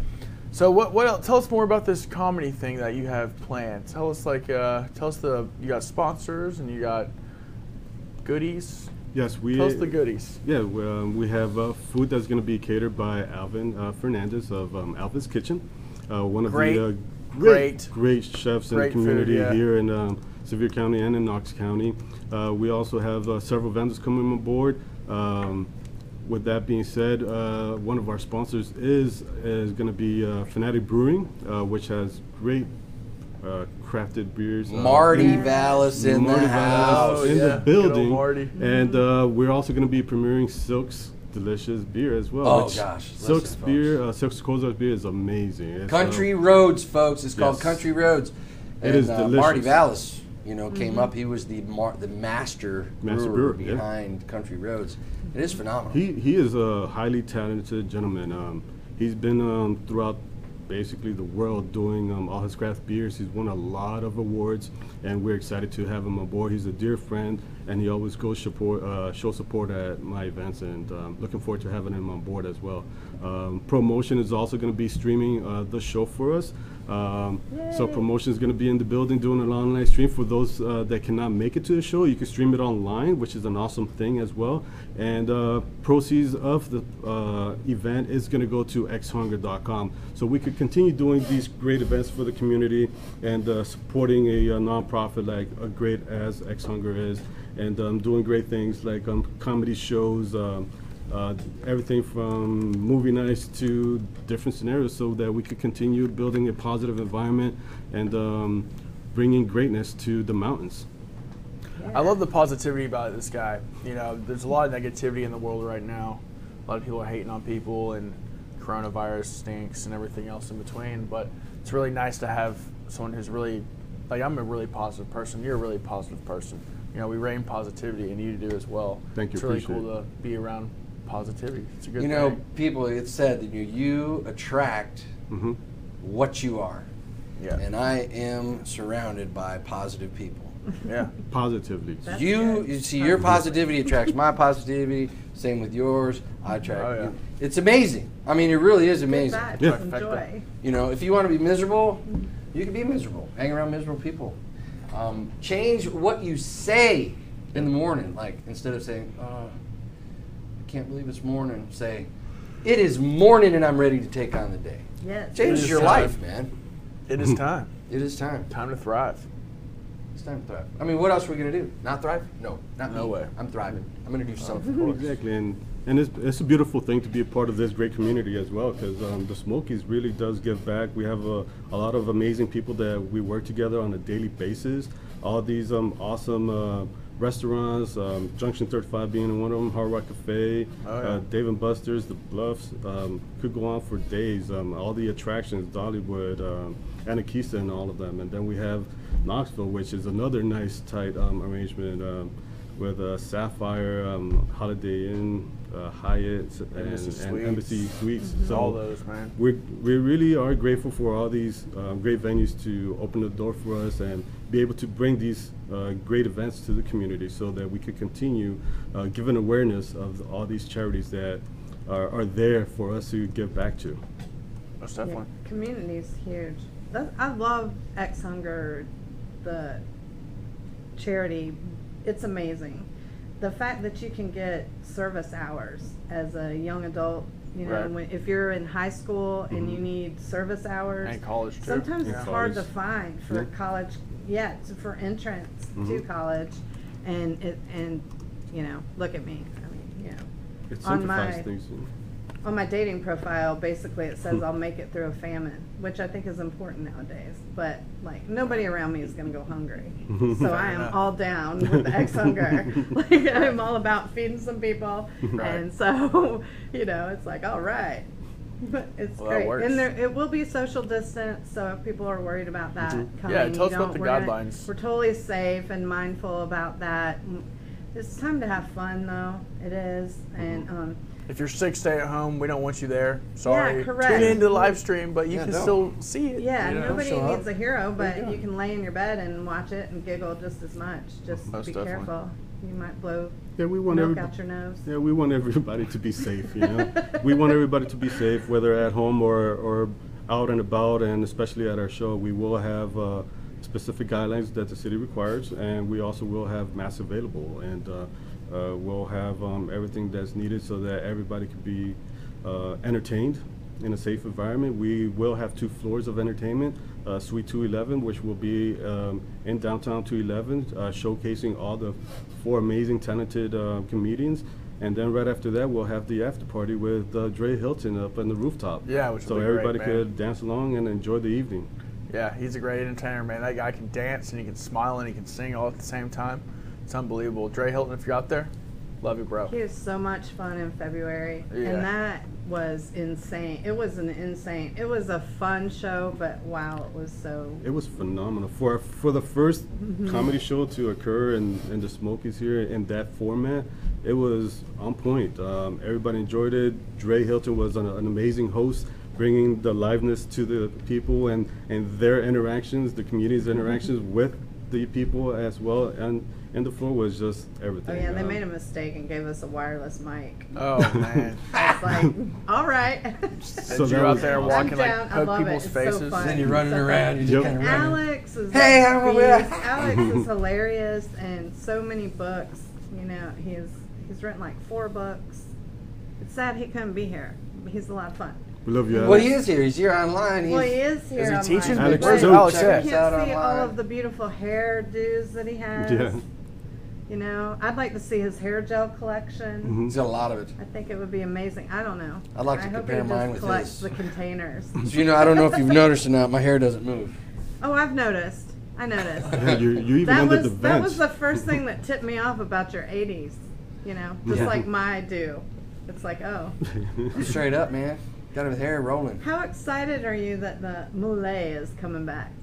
S2: So what? What else? Tell us more about this comedy thing that you have planned. Tell us like, uh, tell us the you got sponsors and you got goodies.
S4: Yes, we.
S2: Tell us the goodies.
S4: Yeah, we, um, we have uh, food that's going to be catered by Alvin uh, Fernandez of um, Alvin's Kitchen, uh, one of
S2: Great,
S4: the uh,
S2: great-
S4: great, great chefs in
S2: great
S4: the community
S2: food, yeah.
S4: here in um, Sevier County and in Knox County. Uh, we also have uh, several vendors coming on board. Um, with that being said, uh, one of our sponsors is is going to be uh, Fanatic Brewing, uh, which has great uh, crafted beers. uh,
S1: Marty
S4: in-
S1: Vallis in
S4: Marty
S1: the house.
S4: Vallis in
S2: Oh, yeah. Good
S4: the
S2: old
S4: building.
S2: Marty.
S4: And uh, we're also going to be premiering Silk's delicious beer as well.
S1: Oh,
S4: which
S1: gosh.
S4: Silk's
S1: Listen,
S4: beer, uh, Silk's Kozak beer is amazing. It's, uh,
S1: Country Roads, folks. It's called
S4: Yes.
S1: Country Roads.
S4: It
S1: And,
S4: is
S1: uh, Marty
S4: delicious.
S1: Vallis, you know, came up. He was the mar- the master,
S4: Master
S1: brewer,
S4: brewer, yeah.
S1: behind Country Roads. It is phenomenal.
S4: he he is a highly talented gentleman. Um, he's been um, throughout basically the world doing um, all his craft beers. He's won a lot of awards, and we're excited to have him aboard. He's a dear friend, and he always goes support, uh, show support at my events, and um, looking forward to having him on board as well. Um, promotion is also going to be streaming uh, the show for us. Um, so promotion is going to be in the building doing an online stream for those uh, that cannot make it to the show. You can stream it online, which is an awesome thing as well. And uh, proceeds of the uh, event is going to go to xhunger.com. So we could continue doing these great events for the community and uh, supporting a, uh nonprofit like a great as X Hunger is, and um, doing great things like um, comedy shows. Um, uh, everything from movie nights to different scenarios so that we could continue building a positive environment and um, bringing greatness to the mountains.
S2: I love the positivity about this guy. You know, there's a lot of negativity in the world right now. A lot of people are hating on people, and coronavirus stinks, and everything else in between. But it's really nice to have someone who's really, like, I'm a really positive person. You're a really positive person. You know, we rain positivity, and you do as well.
S4: Thank you,
S2: It's really
S4: appreciate
S2: cool to be around positivity. It's a good
S1: you know,
S2: thing.
S1: people. It's said that you you attract
S4: Mm-hmm.
S1: what you are,
S2: Yeah.
S1: and I am surrounded by positive people.
S2: yeah.
S4: Positively.
S1: you, you see, your positivity attracts my positivity. Same with yours. I attract.
S2: Oh, yeah.
S1: It's amazing. I mean, it really is amazing.
S3: Vibes
S4: Yeah.
S3: and
S2: Perfecto.
S3: joy.
S1: You know, if you want to be miserable, you can be miserable. Hang around miserable people. Um, change what you say in the morning. Like instead of saying, uh, "I can't believe it's morning," say, "It is morning and I'm ready to take on the day."
S3: Yes.
S1: Changes
S2: is
S1: your
S2: time.
S1: life, man.
S2: It is time.
S1: It is time.
S2: time to thrive.
S1: It's time to thrive. I mean, what else are we gonna do? Not thrive? No, not
S2: No
S1: me.
S2: way. Oh.
S1: I'm thriving. I'm gonna do something.
S4: Exactly, and and it's, it's a beautiful thing to be a part of this great community as well, because um, the Smokies really does give back. We have a, a lot of amazing people that we work together on a daily basis. All these um, awesome uh, restaurants, um, Junction 35 being one of them, Hard Rock Cafe,
S2: Oh, yeah.
S4: uh, Dave and Buster's, The Bluffs, um, could go on for days. Um, all the attractions, Dollywood, um, Anakisa, and all of them. And then we have Knoxville, which is another nice, tight um, arrangement. Um, with uh, Sapphire, um, Holiday Inn, uh, Hyatt, s- and,
S2: Embassy
S4: and
S2: Suites. Mm-hmm.
S4: Embassy Suites. So
S2: all those, man.
S4: we we really are grateful for all these um, great venues to open the door for us and be able to bring these uh, great events to the community so that we could continue uh, giving awareness of all these charities that are, are there for us to give back to.
S2: Most
S3: Yeah,
S2: definitely.
S3: community's huge. That, I love Ex Hunger, the charity. It's amazing. The fact that you can get service hours as a young adult, you know,
S2: Right. Mm-hmm.
S3: when, if you're in high school and you
S4: Mhm.
S3: need service hours.
S2: And college, too.
S3: Sometimes
S2: Yeah.
S3: it's hard to
S4: College.
S3: find for
S4: Yeah.
S3: college, yeah, it's for entrance to
S2: Mm-hmm.
S4: Mhm.
S3: college. And it, and, you know, look at me, I mean, you know
S4: It
S3: On
S4: simplifies
S3: my-
S4: things. you know.
S3: on my dating profile, basically it says I'll make it through a famine, which I think is important nowadays. But like nobody around me is going to go hungry, so I am
S2: enough.
S3: all down with the ex hunger. like I'm all about feeding some people,
S2: Right.
S3: and so you know it's like all right, but it's
S2: Well, that
S3: great.
S2: works.
S3: And there it will be social distance, so if people are worried about that
S2: Mhm.
S3: coming,
S2: Yeah, tell
S3: you
S2: us about
S3: don't-
S2: the
S3: we're gonna-
S2: guidelines.
S3: We're totally safe and mindful about that. It's time to have fun though. It is, and
S2: Mm-hmm.
S3: um,
S2: If you're sick, stay at home. We don't want you there. Sorry.
S3: correct.
S2: Tune in to the live stream, but you
S1: Yeah,
S2: can
S1: don't.
S2: still see it.
S3: Yeah,
S2: you know?
S3: nobody
S1: show up.
S3: needs a hero,
S1: you
S3: but
S1: go.
S3: you can lay in your bed and watch it and giggle just as much. Just
S2: Most
S3: be
S2: definitely.
S3: careful. You might blow
S4: Yeah, we want
S3: milk
S4: everybody.
S3: out your nose.
S4: Yeah, we want everybody to be safe, you know. we want everybody to be safe, whether at home or, or out and about, and especially at our show. We will have uh, specific guidelines that the city requires, and we also will have masks available, and uh, uh, we'll have um, everything that's needed so that everybody can be uh, entertained in a safe environment. We will have two floors of entertainment, uh, Suite 211, which will be um, in downtown 211, uh, showcasing all the four amazing, talented uh, comedians. And then right after that, we'll have the after party with uh, Dre Hilton up on the rooftop.
S2: Yeah, which
S4: so
S2: will be great,
S4: everybody
S2: man.
S4: could dance along and enjoy the evening.
S2: Yeah, he's a great entertainer, man. That guy can dance and he can smile and he can sing all at the same time. It's unbelievable. Dre Hilton, if you're out there, love you, bro.
S3: He was so much fun in February,
S2: Yeah.
S3: and that was insane. It was an insane. It was a fun show, but wow, it was so.
S4: It was phenomenal for for the 1st
S3: Mm-hmm.
S4: comedy show to occur in, in the Smokies here in that format. It was on point. Um, everybody enjoyed it. Dre Hilton was an, an amazing host, bringing the liveness to the people and and their interactions, the community's
S3: Mm-hmm.
S4: interactions with the people as well. And and the floor was just
S3: Oh
S4: everything.
S3: yeah, they
S4: Um,
S3: made a mistake and gave us a wireless mic.
S2: Oh, man.
S3: It's like, all right.
S2: So
S4: So
S2: you
S4: that
S2: out
S4: was
S2: there
S4: awesome.
S2: walking,
S3: I'm
S2: like,
S3: down. I
S2: poke
S3: love it.
S2: people's
S3: It's so
S2: faces.
S3: fun.
S1: Then you're running around. You just
S4: Yep.
S1: kind of running.
S3: Alex is
S1: Hey,
S3: the
S1: I'm aware.
S3: beast. Alex is hilarious and so many books. You know, he's he's written like four books. It's sad he couldn't be here. but He's a lot of fun.
S4: We love you.
S1: Well,
S4: Alex.
S1: he is here. He's here online. He's,
S3: Well, he is here.
S2: he
S3: online,
S2: teaching?
S3: but
S4: Alex, where's
S3: you
S4: Alex
S1: at?
S3: can't see
S1: Out
S3: all
S1: online.
S3: of the beautiful hairdos that he has.
S4: Yeah.
S3: You know, I'd like to see his hair gel collection.
S4: Mhm.
S1: He's got a lot of it.
S3: I think it would be amazing. I don't know.
S1: I'd like to
S3: I hope
S1: compare
S3: he
S1: mine
S3: just
S1: with
S3: collects
S1: his.
S3: the containers.
S1: So, you know, I don't know if you've noticed or not. My hair doesn't move.
S3: Oh, I've noticed. I noticed.
S4: you, you even
S3: that
S4: ended
S3: was
S4: the bench.
S3: that was the first thing that tipped me off about your 80s you know just
S4: Yeah.
S3: like my do it's like oh
S1: Straight up, man. Got his hair rolling.
S3: how excited are you that the mullet is coming back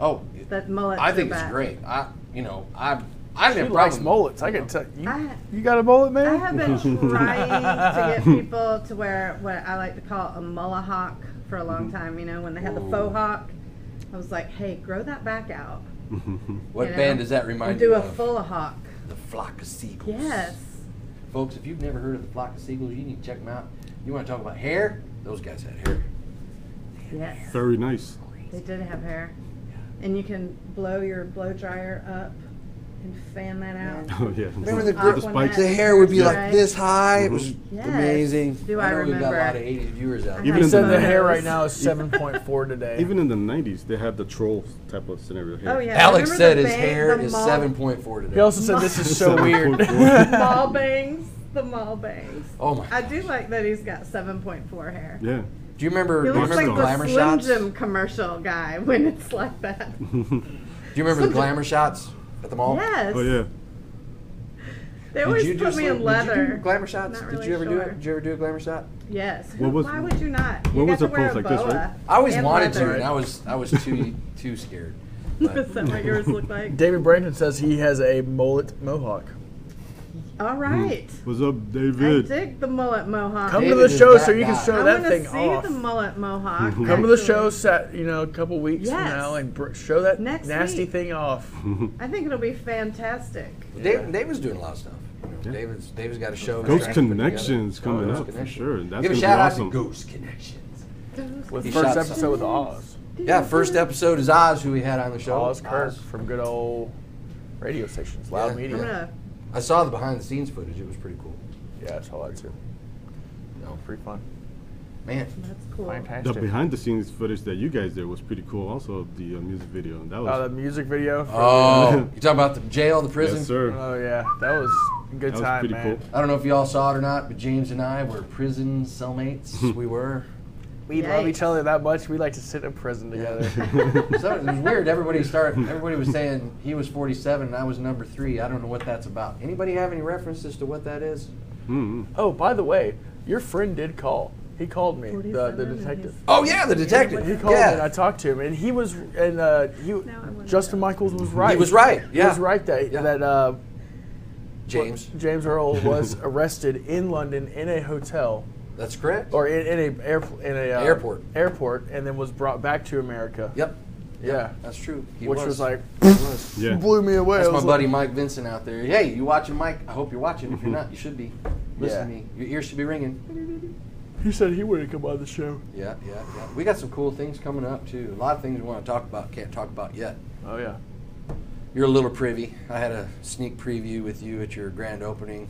S1: Oh,
S3: that mullet
S1: I think it's
S3: back.
S1: great. I, you know, I, I
S2: He
S1: didn't have
S2: likes
S1: problems.
S2: mullets. I can tell you.
S3: I-
S2: You got a mullet,
S3: I
S2: man?
S3: have been trying to get people to wear what I like to call a mullahawk for a
S4: Mm-hmm.
S3: long time. You know, when they had the
S4: Whoa.
S3: faux hawk, I was like, "Hey, grow that back out."
S1: What
S3: you know,
S1: band does that
S3: Or
S1: remind
S3: do
S1: you
S3: a
S1: of?
S3: full hawk.
S1: the Flock of Seagulls.
S3: Yes,
S1: Folks, if you've never heard of the Flock of Seagulls, you need to check them out. You want to talk about hair? Those guys had hair.
S3: yes.
S4: Very nice.
S3: They did have hair. And you can blow your blow dryer up and fan that out.
S4: Oh yeah.
S1: Remember the
S4: With
S1: gr-
S4: spikes.
S1: The hair would be like
S3: Right. Mm-hmm.
S1: this high. It was
S3: Yes.
S1: amazing.
S3: Do I
S1: know we've got a
S3: remember. Uh-huh.
S1: lot of 80s viewers out
S3: I
S1: there.
S2: He
S4: Even in
S2: said
S4: the-
S2: the hair right now is 7.4 today.
S4: Even in the 90s, they had the troll type of scenario here.
S3: Oh yeah.
S1: Alex
S3: Remember
S1: said
S3: the
S1: his
S3: bang-
S1: hair
S3: the
S1: is
S3: mall-
S1: 7.4
S2: he
S1: today.
S2: also said this is so
S4: Seven
S2: weird.
S4: point four.
S3: Mall bangs. The mall bangs.
S1: Oh my.
S3: I do like that he's got 7.4 hair.
S4: Yeah.
S1: Do you remember? Do
S3: He
S1: you
S3: looks
S1: remember
S3: like
S1: the
S3: the
S1: glamour
S3: Slim
S1: shots?
S3: Jim commercial guy when it's like that.
S1: Do you remember the glamour shots at the mall?
S3: Yes.
S4: Oh yeah.
S3: They
S1: Did
S3: always
S1: you do
S3: put me
S1: slim-
S3: in
S1: Did you do
S3: leather.
S1: glamour shots?
S3: Not
S1: did
S3: really
S1: you ever do
S3: sure.
S1: it? Did you ever do a glamour shot?
S3: Yes.
S4: What was-
S3: Why would you not? You
S4: what was
S3: got
S4: the
S3: to wear
S4: pose
S3: a
S4: like this, right?
S3: boa
S1: I always
S3: and
S1: wanted to,
S3: leather.
S1: and I was I was too too scared.
S3: Is that what yours looked like?
S2: David Brandon says he has a mullet mohawk.
S1: Hmm.
S3: All right.
S4: What's up,
S3: I
S4: David?
S3: dig the mullet mohawk.
S2: Come
S3: I
S2: to
S1: David
S2: the
S1: is
S2: show
S1: that
S2: so you
S1: guy.
S2: can show
S1: I
S2: that
S3: wanna
S2: thing
S3: see
S2: off.
S3: the mullet mohawk.
S2: Come to the
S3: actually.
S2: show, set, you know, a couple weeks from
S3: Yes.
S2: now, and br- show that
S3: Next
S2: nasty
S3: week.
S2: thing off.
S3: I think it'll be fantastic.
S1: Dave, David's doing a lot of stuff. You know, David's David's got a show. he's
S4: Ghost
S1: trying to put together.
S4: Connections coming
S1: Ghost
S4: up for
S1: Connections.
S4: sure. That's
S1: Give a
S4: gonna be
S1: shout out
S4: awesome.
S1: to Ghost Connections.
S2: With
S1: He
S2: first
S1: shot
S2: episode with Oz,
S1: Yeah, first episode is Oz, who we had on the show.
S2: Oz Kirk from good old radio stations, Loud
S1: Yeah.
S3: I'm
S2: Media.
S3: gonna
S1: I saw the behind the scenes footage. It was pretty cool.
S2: Yeah, it's all that too.
S1: No,
S2: Pretty fun.
S1: man.
S3: that's cool.
S4: The
S2: Fantastic.
S4: behind the scenes footage that you guys did was pretty cool. Also, the uh, music video. That was
S2: Uh, the music video. for-
S1: Oh, you talking about the jail, the prison?
S4: yes, sir.
S2: Oh yeah, that was a good
S4: that was
S2: time,
S4: pretty
S2: man.
S4: cool.
S1: I don't know if y'all saw it or not, but James and I were prison cellmates. we were.
S2: We love each
S3: Yikes.
S2: other that much. We like to sit in prison together.
S1: So it was weird. Everybody started. Everybody was saying he was 47 and I was number three. I don't know what that's about. Anybody have any references to what that is?
S4: Mm.
S2: oh, by the way, your friend did call. He called me, the,
S3: 47
S2: the
S3: and
S2: detective.
S1: Oh yeah, the detective.
S2: He called me and
S1: yeah,
S2: I talked to him, and he was and uh, he
S3: I wanna
S2: Justin Michaels was right.
S1: he was right. Yeah,
S2: He was right that
S1: Yeah.
S2: that uh,
S1: James.
S2: James Earl was arrested in London in a hotel
S1: That's correct.
S2: or in, in a air, in a uh,
S1: Airport.
S2: airport, and then was brought back to America.
S1: Yep,
S2: Yeah.
S1: that's true. He
S2: Which was like
S1: He was.
S4: Yeah.
S2: blew me away.
S1: That's
S2: I
S1: my
S2: was
S1: buddy Mike Vincent out there. Hey, you watching, Mike? I hope you're watching. If you're not, you should be. Listen to
S2: Yeah.
S1: me. Your ears should be ringing.
S2: Like, he said he wouldn't come on the show.
S1: Yeah, yeah, yeah. We got some cool things coming up too. A lot of things we want to talk about can't talk about yet.
S2: Oh yeah.
S1: You're a little privy. I had a sneak preview with you at your grand opening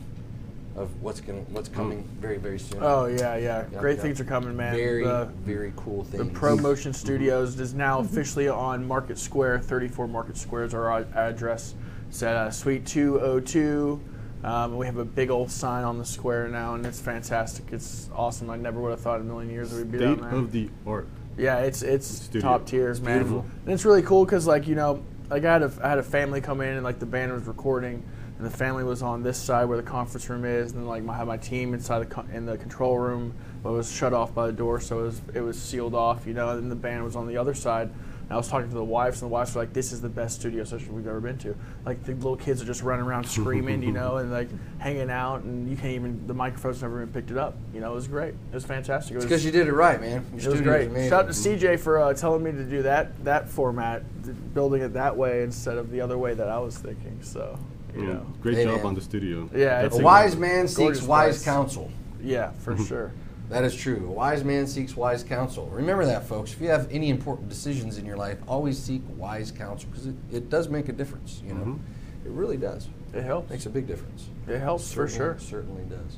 S1: of what's going what's coming very very soon.
S2: Oh yeah, yeah.
S1: Yeah,
S2: Great
S1: yeah.
S2: things are coming, man.
S1: Very
S2: the,
S1: very cool things.
S2: the Pro Motion Studios is now
S4: Mm-hmm.
S2: officially on Market Square. 34 Market Square is our ad- address. It's at uh, Suite 202. Um, we have a big old sign on the square now, and it's fantastic. It's awesome. I never would have thought in a million years that we'd be
S4: State
S2: down there.
S4: of the art.
S2: Yeah, it's it's
S4: Studio.
S2: top tier, man.
S1: beautiful.
S2: And it's really cool because like you know, like I had a I had a family come in and like the band was recording, and the family was on this side where the conference room is, and then like my had my team inside the con- in the control room, but it was shut off by the door, so it was it was sealed off, you know. And then the band was on the other side. And I was talking to the wives, and the wives were like, "This is the best studio session we've ever been to." Like the little kids are just running around screaming, you know, and like hanging out, and you can't even the microphone's never even picked it up. You know, it was great. It was fantastic. It was
S1: because you did it right, man. Your
S2: it was
S1: studio's
S2: great.
S1: amazing.
S2: Shout out to CJ for uh, telling me to do that that format, th- building it that way instead of the other way that I was thinking. So, you
S4: Yeah.
S2: know,
S4: Great
S1: Hey,
S4: job
S1: man.
S4: on the studio.
S2: Yeah,
S4: That's
S2: it's
S1: a
S2: Sing
S1: wise man seeks
S2: Gorgeous
S1: wise
S2: place.
S1: counsel.
S2: yeah, for
S4: Mm-hmm.
S2: sure.
S1: That is true. A wise man seeks wise counsel. Remember that, folks. If you have any important decisions in your life, always seek wise counsel because it, it does make a difference. You know, it really does.
S2: It helps.
S1: Makes a big difference.
S2: It helps Mm-hmm. for
S1: Certainly-
S2: sure.
S1: Certainly does.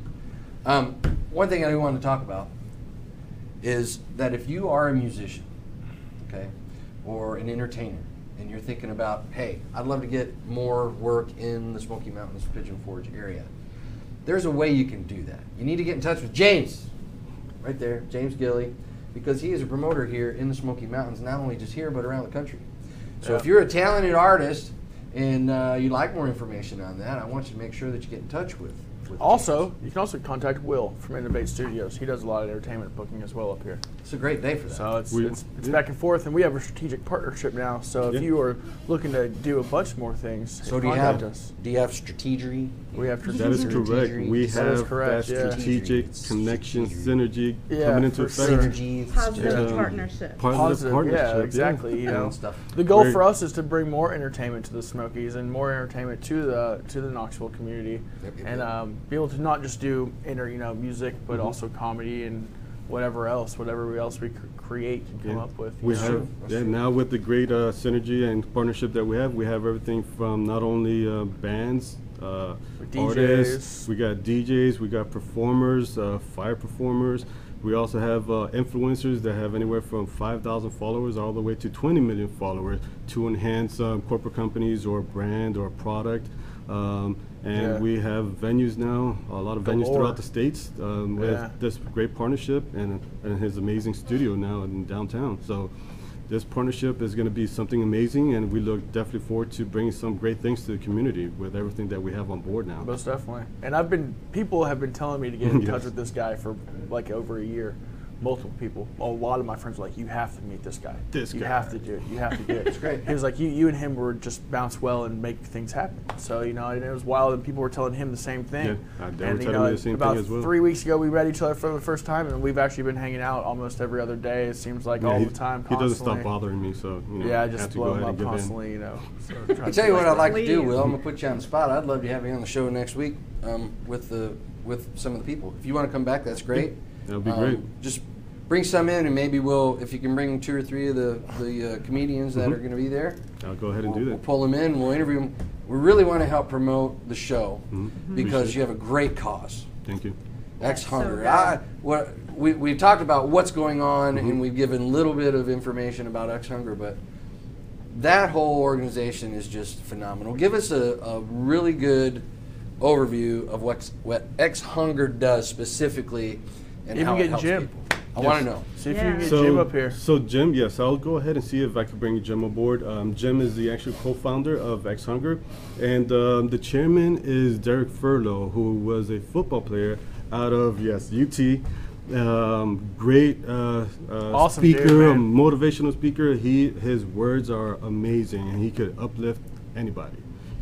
S1: Um, one thing I do want to talk about is that if you are a musician, okay, or an entertainer, and you're thinking about, hey, I'd love to get more work in the Smoky Mountains Pigeon Forge area, there's a way you can do that. You need to get in touch with James, right there, James Gilly, because he is a promoter here in the Smoky Mountains, not only just here, but around the country. So if you're a talented artist and uh, you'd like more information on that, I want you to make sure that you get in touch with. with
S2: Also, you can also contact Will from Innovate Studios. He does a lot of entertainment booking as well up here.
S1: James. it's a great day for that.
S2: So it's
S4: We-
S2: it's, it's
S4: yeah.
S2: back and forth, and we have a strategic partnership now. So if
S4: Yeah.
S2: you are looking to do a bunch more things,
S1: So do you
S2: contact
S1: have
S2: us.
S1: do you have strategy?
S2: We have
S4: That is
S2: strategic-
S4: correct. We
S1: That
S2: is
S4: have
S2: correct, yeah.
S4: that strategic
S1: Strategic.
S4: connection Um,
S1: Strategic.
S4: synergy
S2: Yeah,
S4: coming into
S2: for
S4: effect.
S2: sure.
S1: Synergy,
S3: Positive
S4: Yeah.
S3: partnership.
S4: Positive,
S2: Positive,
S4: partnership.
S2: yeah, exactly. You know,
S1: and stuff.
S2: The goal
S4: We're-
S2: for us is to bring more entertainment to the Smokies and more entertainment to the to the Knoxville community,
S1: Yep, yep,
S2: and
S1: yep. Mm-hmm.
S2: um, be able to not just do inter, you know music, but also comedy and whatever else, whatever else we c- create and come
S4: Yeah.
S2: up with. you
S4: We
S2: know?
S4: have yeah, now with the great uh, synergy and partnership that we have, we have everything from not only uh, bands, uh,
S2: DJs.
S4: artists, we got DJs, we got performers, uh, fire performers. We also have uh, influencers that have anywhere from 5,000 followers all the way to 20 million followers to enhance um, corporate companies or brand or product. Um, and
S2: Yeah.
S4: we have venues now, a lot of venues
S2: Galore.
S4: throughout the states um, with
S2: Yeah.
S4: this great partnership and, and his amazing studio now in downtown. So this partnership is going to be something amazing, and we look definitely forward to bringing some great things to the community with everything that we have on board now.
S2: Most definitely. And I've been people have been telling me to get in touch
S4: Yes.
S2: with this guy for like over a year. multiple people. A lot of my friends were like, "You have to meet this guy.
S4: This
S2: you
S4: guy."
S2: have to do it. You have to do it." it's
S1: great.
S2: He was like, "You, you and him were just bounce well and make things happen." So you know, and it was wild, and people were telling him the same thing.
S4: Yeah, uh, they were
S2: and, you
S4: telling
S2: know,
S4: me the same
S2: about
S4: thing as well.
S2: three weeks ago, we met each other for the first time, and we've actually been hanging out almost every other day. It seems like
S4: Yeah,
S2: all
S4: he,
S2: the time.
S4: He doesn't stop
S2: constantly.
S4: bothering me, so you know,
S2: Yeah, I
S4: have
S2: just
S4: to go
S2: blow him
S4: ahead and
S2: up
S4: give in.
S2: constantly, you know. So trying
S1: I
S2: to
S1: tell you what I'd like to do,
S3: Please.
S1: Will. I'm gonna put you on the spot. I'd love to have you on the show next week um, with the with some of the people. If you want to come back, that's great.
S4: That would be
S1: Um,
S4: great.
S1: Just bring some in, and maybe we'll if you can bring two or three of the the uh, comedians that are going to be there.
S4: I'll go ahead and
S1: We'll,
S4: Mm-hmm. do
S1: we'll
S4: that.
S1: pull them in. We'll interview them. We really want to help promote the show
S4: Mm-hmm.
S1: because
S3: Mm-hmm.
S4: Appreciate
S1: you have a great cause.
S4: Thank you.
S1: That's
S3: That's so
S1: hunger.
S3: good.
S1: I, what we we've talked about what's going on,
S4: Mm-hmm.
S1: and we've given a little bit of information about X Hunger, but that whole organization is just phenomenal. Give us a, a really good overview of what's, what X Hunger does specifically, and
S2: Even
S1: how
S2: get
S1: it helps
S2: Jim.
S1: people. I want to know.
S2: See if you can get
S3: Yeah.
S2: Jim up here.
S4: So Jim, yes, I'll go ahead and see if I can bring Jim aboard. Um, Jim is the actual co-founder of X Hunger, and um, the chairman is Derek Furlow, who was a football player out of yes UT. Um, great uh, uh,
S2: Awesome dude,
S4: speaker,
S2: man.
S4: um, motivational speaker. He his words are amazing, and he could uplift anybody.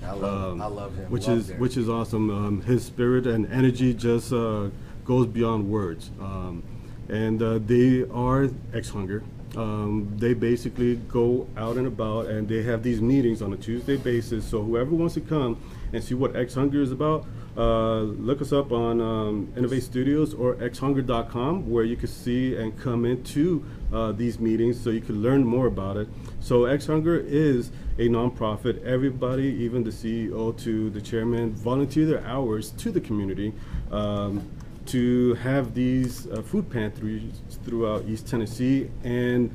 S1: I love- I love him.
S4: Um, Which
S1: Love
S4: is
S1: Derek.
S4: which is awesome. Um, his spirit and energy just uh, goes beyond words. Um, and uh, they are ex hunger. Um, they basically go out and about and they have these meetings on a Tuesday basis. So whoever wants to come and see what Ex Hunger is about, uh, look us up on um, Innovate Studios or xhunger.com where you can see and come into uh, these meetings so you can learn more about it. So Ex Hunger is a nonprofit. Everybody, even the CEO to the chairman, volunteer their hours to the community um, to have these uh, food pantries throughout East Tennessee and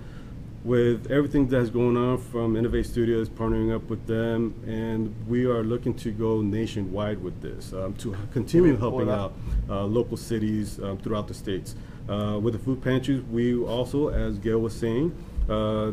S4: with everything that's going on from Innovate Studios partnering up with them, and we are looking to go nationwide with this um, to h- continue helping
S2: that?
S4: out uh, local cities um, throughout the states. Uh, with the food pantries, we also, as Gail was saying, uh,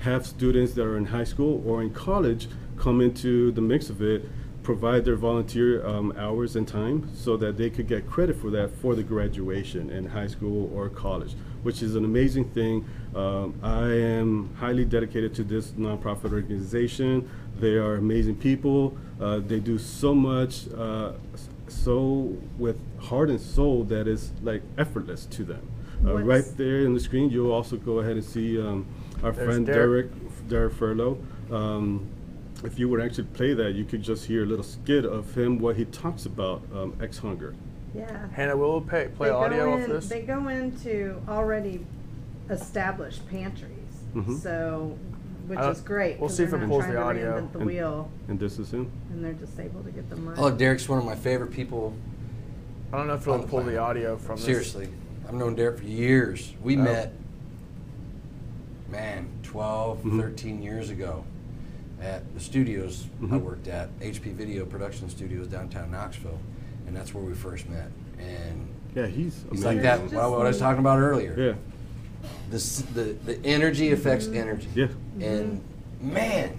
S4: have students that are in high school or in college come into the mix of it, provide their volunteer um, hours and time so that they could get credit for that for the graduation in high school or college, which is an amazing thing. Um, I am highly dedicated to this nonprofit organization. They are amazing people. Uh, they do so much, uh, s- so with heart and soul that is like effortless to them. Uh,
S3: What's-
S4: right there in the screen, you'll also go ahead and see um, our
S2: There's
S4: friend
S2: Derek.
S4: Derek Derek Furlow. Um, if you would actually play that, you could just hear a little skit of him what he talks about um, ex hunger.
S3: Yeah.
S2: Hannah, will it pay, play
S3: They go
S2: audio
S3: in-
S2: of this?
S3: They go into already established pantries,
S4: Mhm.
S3: so, which
S2: Uh,
S3: is great.
S2: we'll
S3: 'cause
S2: see if
S3: they're
S2: it
S3: not
S2: pulls
S3: trying
S2: the
S3: to
S2: audio.
S3: reinvent The
S4: And-
S3: wheel,
S4: And this is him.
S3: and they're just able to get the money.
S1: I love Derek's one of my favorite people.
S2: I don't know if it'll pull the audio from this.
S1: Seriously, I've known Derek for years. We
S2: Oh.
S1: met, man, 12,
S4: Mhm.
S1: 13 years ago at the studios I
S4: Mhm.
S1: worked at, HP Video Production Studios downtown Knoxville, and that's where we first met. And
S4: Yeah, he's amazing.
S1: he's like that.
S3: Just
S1: What I was
S3: like-
S1: talking about earlier.
S4: Yeah,
S1: The, s- the the energy affects energy.
S4: yeah.
S1: And man,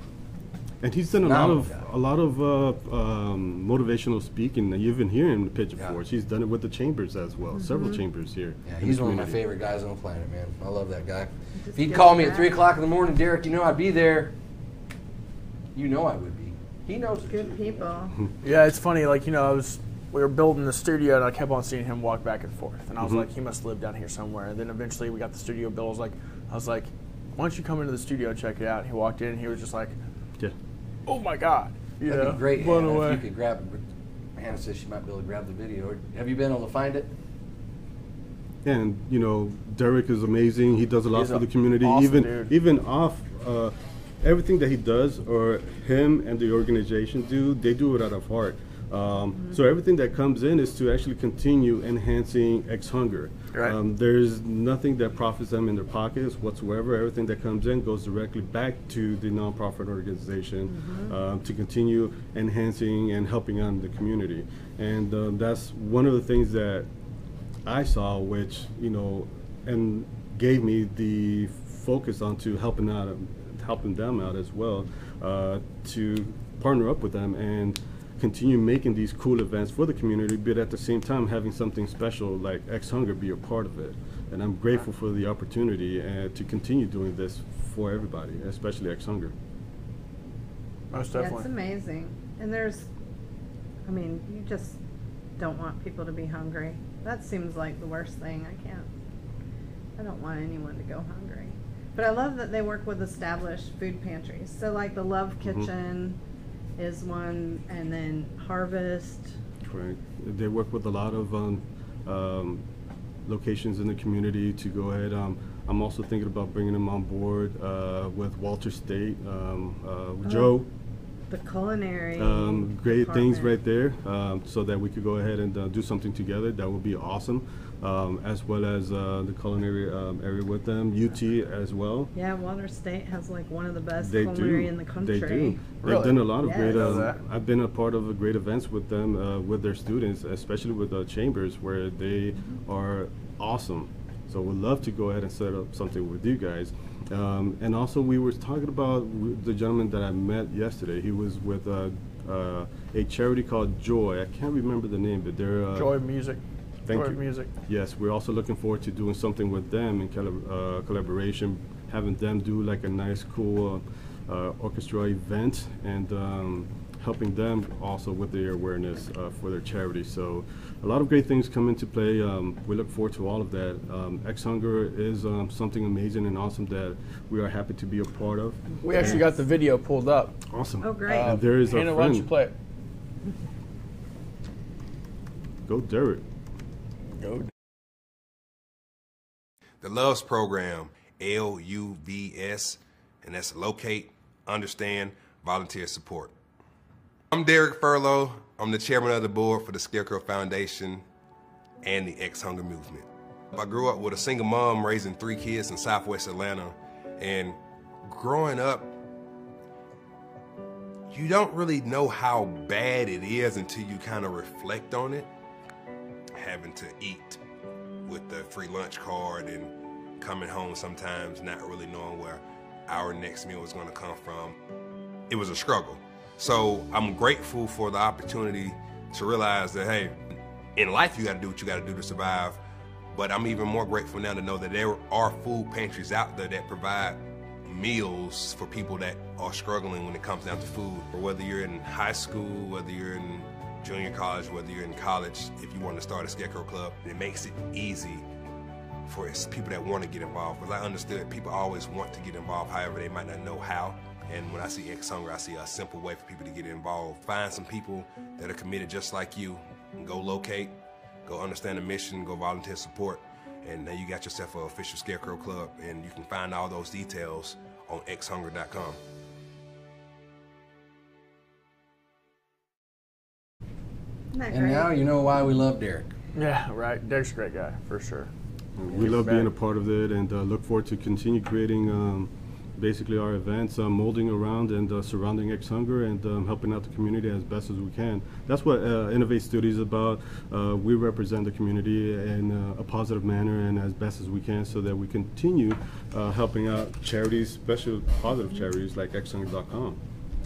S4: And he's done a lot
S1: Phenomenal
S4: of
S1: guy.
S4: a lot of uh, um, motivational speaking. that You've been hearing the pitch
S1: Yeah.
S4: for. He's done it with the chambers as well. Several chambers here.
S1: yeah,
S4: in the
S1: he's one of my
S4: community.
S1: favorite guys on the planet, man. I love that guy.
S3: Just
S1: If he'd
S3: give
S1: call
S3: it
S1: me at
S3: back.
S1: three o'clock in the morning, Derek, you know I'd be there. You know I would be. He knows it.
S3: Good people.
S2: Yeah, it's funny. Like you know, I was we were building the studio, and I kept on seeing him walk back and forth, and I was
S1: Mm-hmm.
S2: like, he must live down here somewhere. And then eventually, we got the studio bill. I was like, I was like, why don't you come into the studio and check it out? And he walked in, and he was just like,
S4: Yeah.
S2: oh my god, you
S1: That'd
S2: know,
S1: be great,
S2: blown
S1: Hannah,
S2: away.
S1: if you could grab it. Hannah says she might be able to grab the video. Or- Have you been able to find it?
S4: and you know Derek is amazing. He does a lot
S2: He's
S4: for
S2: a
S4: the community,
S2: awesome
S4: even
S2: dude.
S4: even off uh, everything that he does, or him and the organization do. They do it out of heart. Um,
S2: Mm-hmm.
S4: So everything that comes in is to actually continue enhancing X hunger.
S2: Right.
S4: Um, there's nothing that profits them in their pockets whatsoever. Everything that comes in goes directly back to the nonprofit organization um, to continue enhancing and helping out in the community. And um, that's one of the things that I saw, which you know, and gave me the focus onto helping out, helping them out as well, uh, to partner up with them and continue making these cool events for the community, but at the same time having something special like X Hunger be a part of it. and I'm grateful for the opportunity uh, to continue doing this for everybody, especially ex Hunger.
S2: Most
S3: That's
S2: definitely.
S3: amazing. And there's, I mean, you just don't want people to be hungry. That seems like the worst thing. I can't, I don't want anyone to go hungry. But I love that they work with established food pantries. So, like the Love
S4: Mm-hmm.
S3: Kitchen is one, and then Harvest.
S4: Correct. They work with a lot of um, um, locations in the community to go ahead. Um, I'm also thinking about bringing them on board uh, with Walter State, um, uh, with Joe.
S3: The culinary.
S4: Um, great things
S3: department.
S4: right there, um, so that we could go ahead and uh, do something together. That would be awesome, um, as well as uh, the culinary um, area with them, UT as well.
S3: Yeah, Water State has like one of the best
S4: They
S3: culinary
S4: do.
S3: in the
S4: They
S3: country.
S4: do.
S2: Really?
S4: They've done a lot of
S3: Yes.
S4: great.
S3: Know
S2: that.
S4: Um, I've been a part of great events with them, uh, with their students, especially with the chambers, where they are awesome. So we'd love to go ahead and set up something with you guys. Um, and also, we were talking about w- the gentleman that I met yesterday. He was with uh, uh, a charity called Joy. I can't remember the name, but they're uh,
S2: Joy of music.
S4: Thank
S2: Joy of
S4: you.
S2: music.
S4: Yes, we're also looking forward to doing something with them in collab- uh, collaboration, having them do like a nice, cool uh, uh, orchestra event and um, helping them also with their awareness uh, for their charity. So, a lot of great things come into play. Um, we look forward to all of that. Um, Ex Hunger is um, something amazing and awesome that we are happy to be a part of.
S2: We actually got the video pulled up.
S4: Awesome.
S3: Oh, great.
S4: And there is
S2: Hannah,
S4: our
S2: why
S4: friend.
S2: don't you play it?
S4: Go Derek.
S5: The Loves Program, L U V S, and that's locate, understand, volunteer support. I'm Derek Furlow. I'm the chairman of the board for the Scarecrow Foundation and the Ex Hunger Movement. I grew up with a single mom raising three kids in Southwest Atlanta, and growing up, you don't really know how bad it is until you kind of reflect on it. Having to eat with the free lunch card and coming home sometimes not really knowing where our next meal was going to come from. It was a struggle. So I'm grateful for the opportunity to realize that, hey, in life you got to do what you got to do to survive. But I'm even more grateful now to know that there are food pantries out there that provide meals for people that are struggling when it comes down to food. Whether you're in high school, whether you're in junior college, whether you're in college, if you want to start a Scarecrow Club, it makes it easy for us- people that want to get involved. Because I understood people always want to get involved, however, they might not know how. And when I see Ex Hunger, I see a simple way for people to get involved. Find some people that are committed just like you, and go locate, go understand the mission, go volunteer support, and now you got yourself an official Scarecrow Club. And you can find all those details on xhunger.com.
S3: Isn't that
S1: And
S3: great?
S1: now you know why we love Derek.
S2: Yeah, right. Derek's a great guy for sure.
S4: We love being a part of it and uh, look forward to continue creating um, basically our events, uh, molding around and uh, surrounding Ex Hunger and um, helping out the community as best as we can. That's what uh, Innovate Studio is about. Uh, we represent the community in uh, a positive manner and as best as we can so that we continue uh, helping out charities, special positive charities like exhunger.com.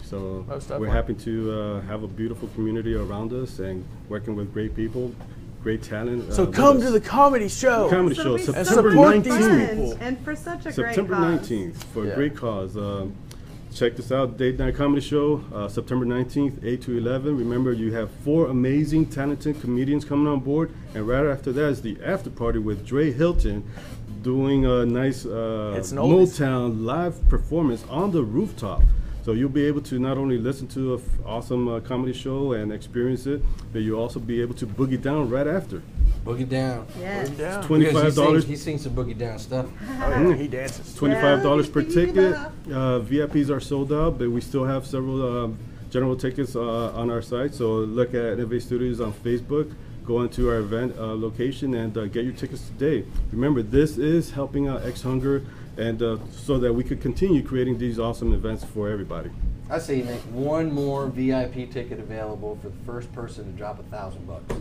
S4: So
S2: Most
S4: we're
S2: definitely.
S4: happy to uh, have a beautiful community around us and working with great people, great talent.
S2: So
S4: uh, with
S2: come to
S4: us.
S2: the comedy show.
S4: Comedy
S3: This will
S4: show
S3: be
S4: September
S3: so much
S2: 19th.
S3: fun,
S2: People.
S3: And for such a
S4: September
S3: great cause.
S4: 19th for
S2: Yeah.
S4: a great cause. Um, check this out, Date Night Comedy Show, uh, September 19th, 8 to 11. Remember, you have four amazing, talented comedians coming on board, and right after that is the after party with Dre Hilton doing a nice uh,
S2: It's an oldies.
S4: Motown live performance on the rooftop. So you'll be able to not only listen to an awesome uh, comedy show and experience it, but you'll also be able to boogie down right after.
S1: Boogie down.
S3: Yes.
S1: Because
S2: Yeah.
S1: he
S4: Twenty-five
S1: sings-
S4: dollars
S1: He sings some boogie down stuff.
S2: Oh, yeah, he dances.
S4: Twenty-five dollars
S3: Yeah,
S4: per
S3: we can do
S4: ticket.
S3: that.
S4: Uh, VIPs are sold out, but we still have several um, general tickets uh, on our site. So look at Innovate Studios on Facebook. Go into our event uh, location and uh, get your tickets today. Remember, this is helping out Ex Hunger, and uh, so that we could continue creating these awesome events for everybody.
S1: I say you make one more VIP ticket available for the first person to drop a thousand bucks.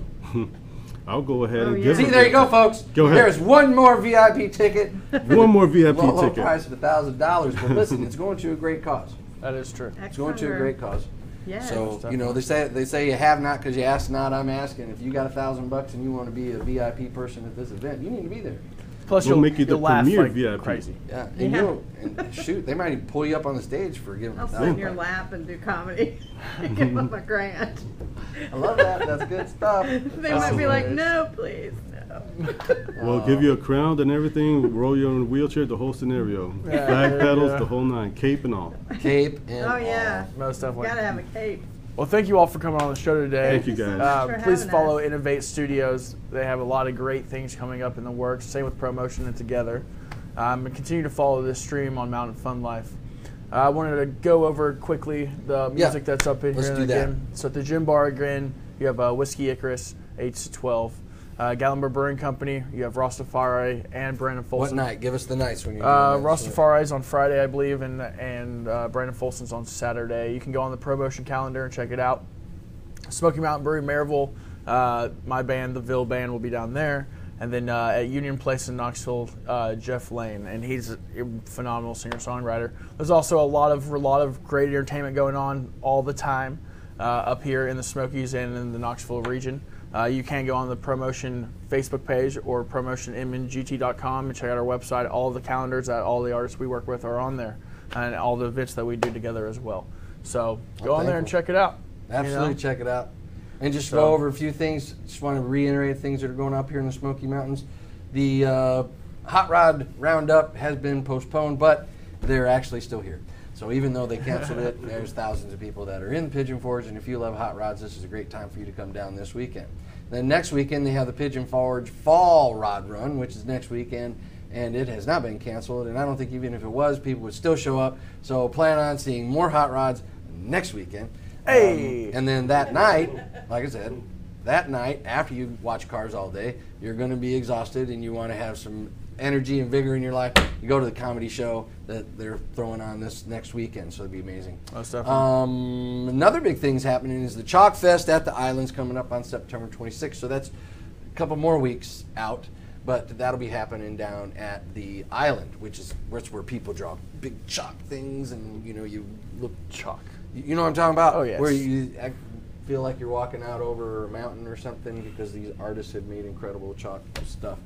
S4: I'll go ahead
S3: Oh,
S4: and
S3: yeah.
S4: give
S1: See,
S4: them
S1: there you go, folks.
S4: Go ahead.
S1: There's one more VIP ticket.
S4: one more VIP
S1: Low, low
S4: ticket.
S1: price of a thousand dollars. But listen, it's going to a great cause.
S2: That is true.
S1: It's going to a great cause.
S3: Yes.
S1: So you know they say they say you have not because you ask not. I'm asking if you got a thousand bucks and you want to be a VIP person at this event, you need to be there.
S2: Plus,
S4: we'll
S2: you'll
S4: make you the
S2: you'll laugh
S4: premier
S2: like
S4: VIP.
S2: crazy.
S1: Yeah, and
S3: Yeah.
S1: you and shoot, they might even pull you up on the stage for giving. a
S3: I'll sit
S1: thousand
S3: in your
S1: bucks.
S3: lap and do comedy. Give them a grant.
S1: I love that. That's good stuff.
S3: They might be like,
S1: hilarious.
S3: no, please, no.
S4: We'll give you a crown and everything, roll you in a wheelchair, the whole scenario.
S2: Yeah,
S4: Flag
S2: there you
S4: pedals,
S2: go.
S4: the whole nine, cape and all.
S1: Cape and
S3: Oh, yeah.
S2: Most definitely.
S3: Gotta have a cape.
S2: Well, thank you all for coming on the show today.
S4: Thank you
S3: so
S4: guys.
S3: much.
S2: Uh,
S3: for
S2: please
S3: having
S2: follow
S3: us.
S2: Innovate Studios. They have a lot of great things coming up in the works. Same with Promotion and Together. Um, and continue to follow this stream on Mountain Fun Life. Uh, I wanted to go over quickly the music that's up in
S1: let's
S2: here
S1: do that.
S2: again. So at the Gin Bar again, you have uh, Whiskey Icarus, H to 12. Uh, Gallenberg Brewing Company, you have Rastafari and Brandon Folsom.
S1: What night? Give us the nights when you.
S2: Uh, Rastafari's on Friday, I believe, and and uh, Brandon Folsom's on Saturday. You can go on the promotion calendar and check it out. Smoky Mountain Brewery, Maryville, uh, my band, the Ville Band, will be down there. And then uh, at Union Place in Knoxville, uh, Jeff Lane, and he's a phenomenal singer-songwriter. There's also a lot of a lot of great entertainment going on all the time uh, up here in the Smokies and in the Knoxville region. Uh, you can go on the promotion Facebook page or promotionmngt.com and check out our website. All the calendars that all the artists we work with are on there, and all the events that we do together as well. So go on there and
S1: thankful.
S2: check it out. you know?
S1: Absolutely, check it out. And just
S2: So-
S1: go over a few things. Just want to reiterate things that are going up here in the Smoky Mountains. The uh, hot rod roundup has been postponed, but they're actually still here. So even though they canceled it, there's thousands of people that are in Pigeon Forge, and if you love hot rods, this is a great time for you to come down this weekend. Then next weekend they have the Pigeon Forge Fall Rod Run, which is next weekend, and it has not been canceled. And I don't think even if it was, people would still show up. So plan on seeing more hot rods next weekend.
S2: Hey!
S1: Um, and then that night, like I said, that night after you watch cars all day, you're going to be exhausted and you want to have some energy and vigor in your life. You go to the comedy show that they're throwing on this next weekend, so it'd be amazing.
S2: Most definitely.
S1: Um, another big thing's happening is the Chalk Fest at the Islands coming up on September 26th. So that's a couple more weeks out, but that'll be happening down at the Island, which is that's where people draw big chalk things, and you know you look
S2: Chalk.
S1: You know what I'm talking about?
S2: Oh, yes.
S1: Where you act, feel like you're walking out over a mountain or something because these artists have made incredible chalk stuff.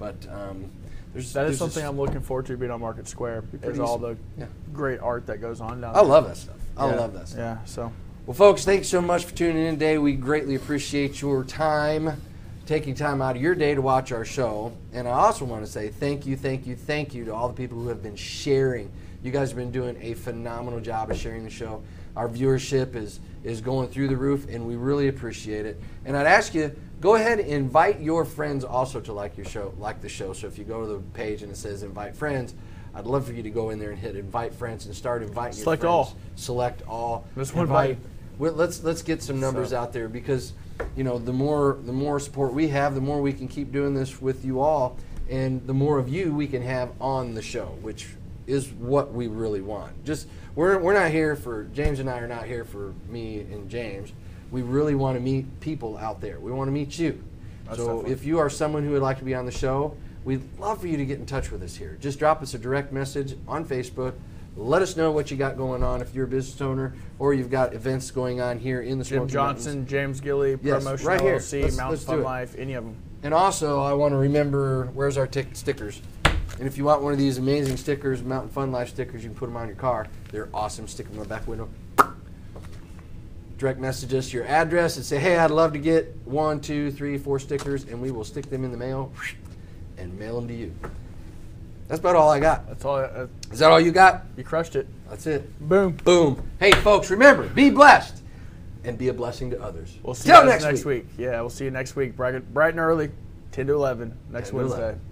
S1: But um, there's
S2: That is
S1: there's just-
S2: something I'm looking forward to being on Market Square because
S1: It is-
S2: all the
S1: yeah.
S2: great art that goes on down
S1: I
S2: there.
S1: love that stuff. I
S2: Yeah.
S1: love that stuff.
S2: Yeah, so
S1: Well, folks, thanks so much for tuning in today. We greatly appreciate your time, taking time out of your day to watch our show. And I also want to say thank you, thank you, thank you to all the people who have been sharing. You guys have been doing a phenomenal job of sharing the show. Our viewership is is going through the roof, and we really appreciate it. And I'd ask you, go ahead and invite your friends also to like your show, like the show. So if you go to the page and it says invite friends, I'd love for you to go in there and hit invite friends and start inviting your
S2: Select
S1: friends.
S2: all.
S1: Select all.
S2: That's one
S1: Invite-
S2: button.
S1: well, let's let's get some numbers
S2: So-
S1: out there because you know the more the more support we have, the more we can keep doing this with you all, and the more of you we can have on the show, which is what we really want. Just we're we're not here for James and I are not here for me and James. We really want to meet people out there. We want to meet you.
S2: Most
S1: so
S2: definitely.
S1: if you are someone who would like to be on the show, we'd love for you to get in touch with us here. Just drop us a direct message on Facebook. Let us know what you got going on if you're a business owner or you've got events going on here in the
S2: Jim
S1: Smoky
S2: Johnson,
S1: Mountains.
S2: James Gilly,
S1: Yes,
S2: Promotion
S1: right here.
S2: LLC,
S1: Let's-
S2: Mountain
S1: let's do
S2: Fun
S1: it.
S2: Life, any of them.
S1: And also, I want to remember where's our tick stickers. And if you want one of these amazing stickers, Mountain Fun Life stickers, you can put them on your car. They're awesome. Stick them in the back window. Direct message us your address and say, hey, I'd love to get one, two, three, four stickers, and we will stick them in the mail and mail them to you. That's about all I got.
S2: That's all. Uh,
S1: Is that all you got?
S2: you crushed it.
S1: That's it.
S2: Boom.
S1: Boom. Hey, folks, remember, be blessed and be a blessing to others.
S2: We'll see
S1: Till
S2: you guys next week. Yeah, we'll see you next week. Bright, bright and early, 10 to 11 next
S1: 10 to
S2: Wednesday.
S1: 11.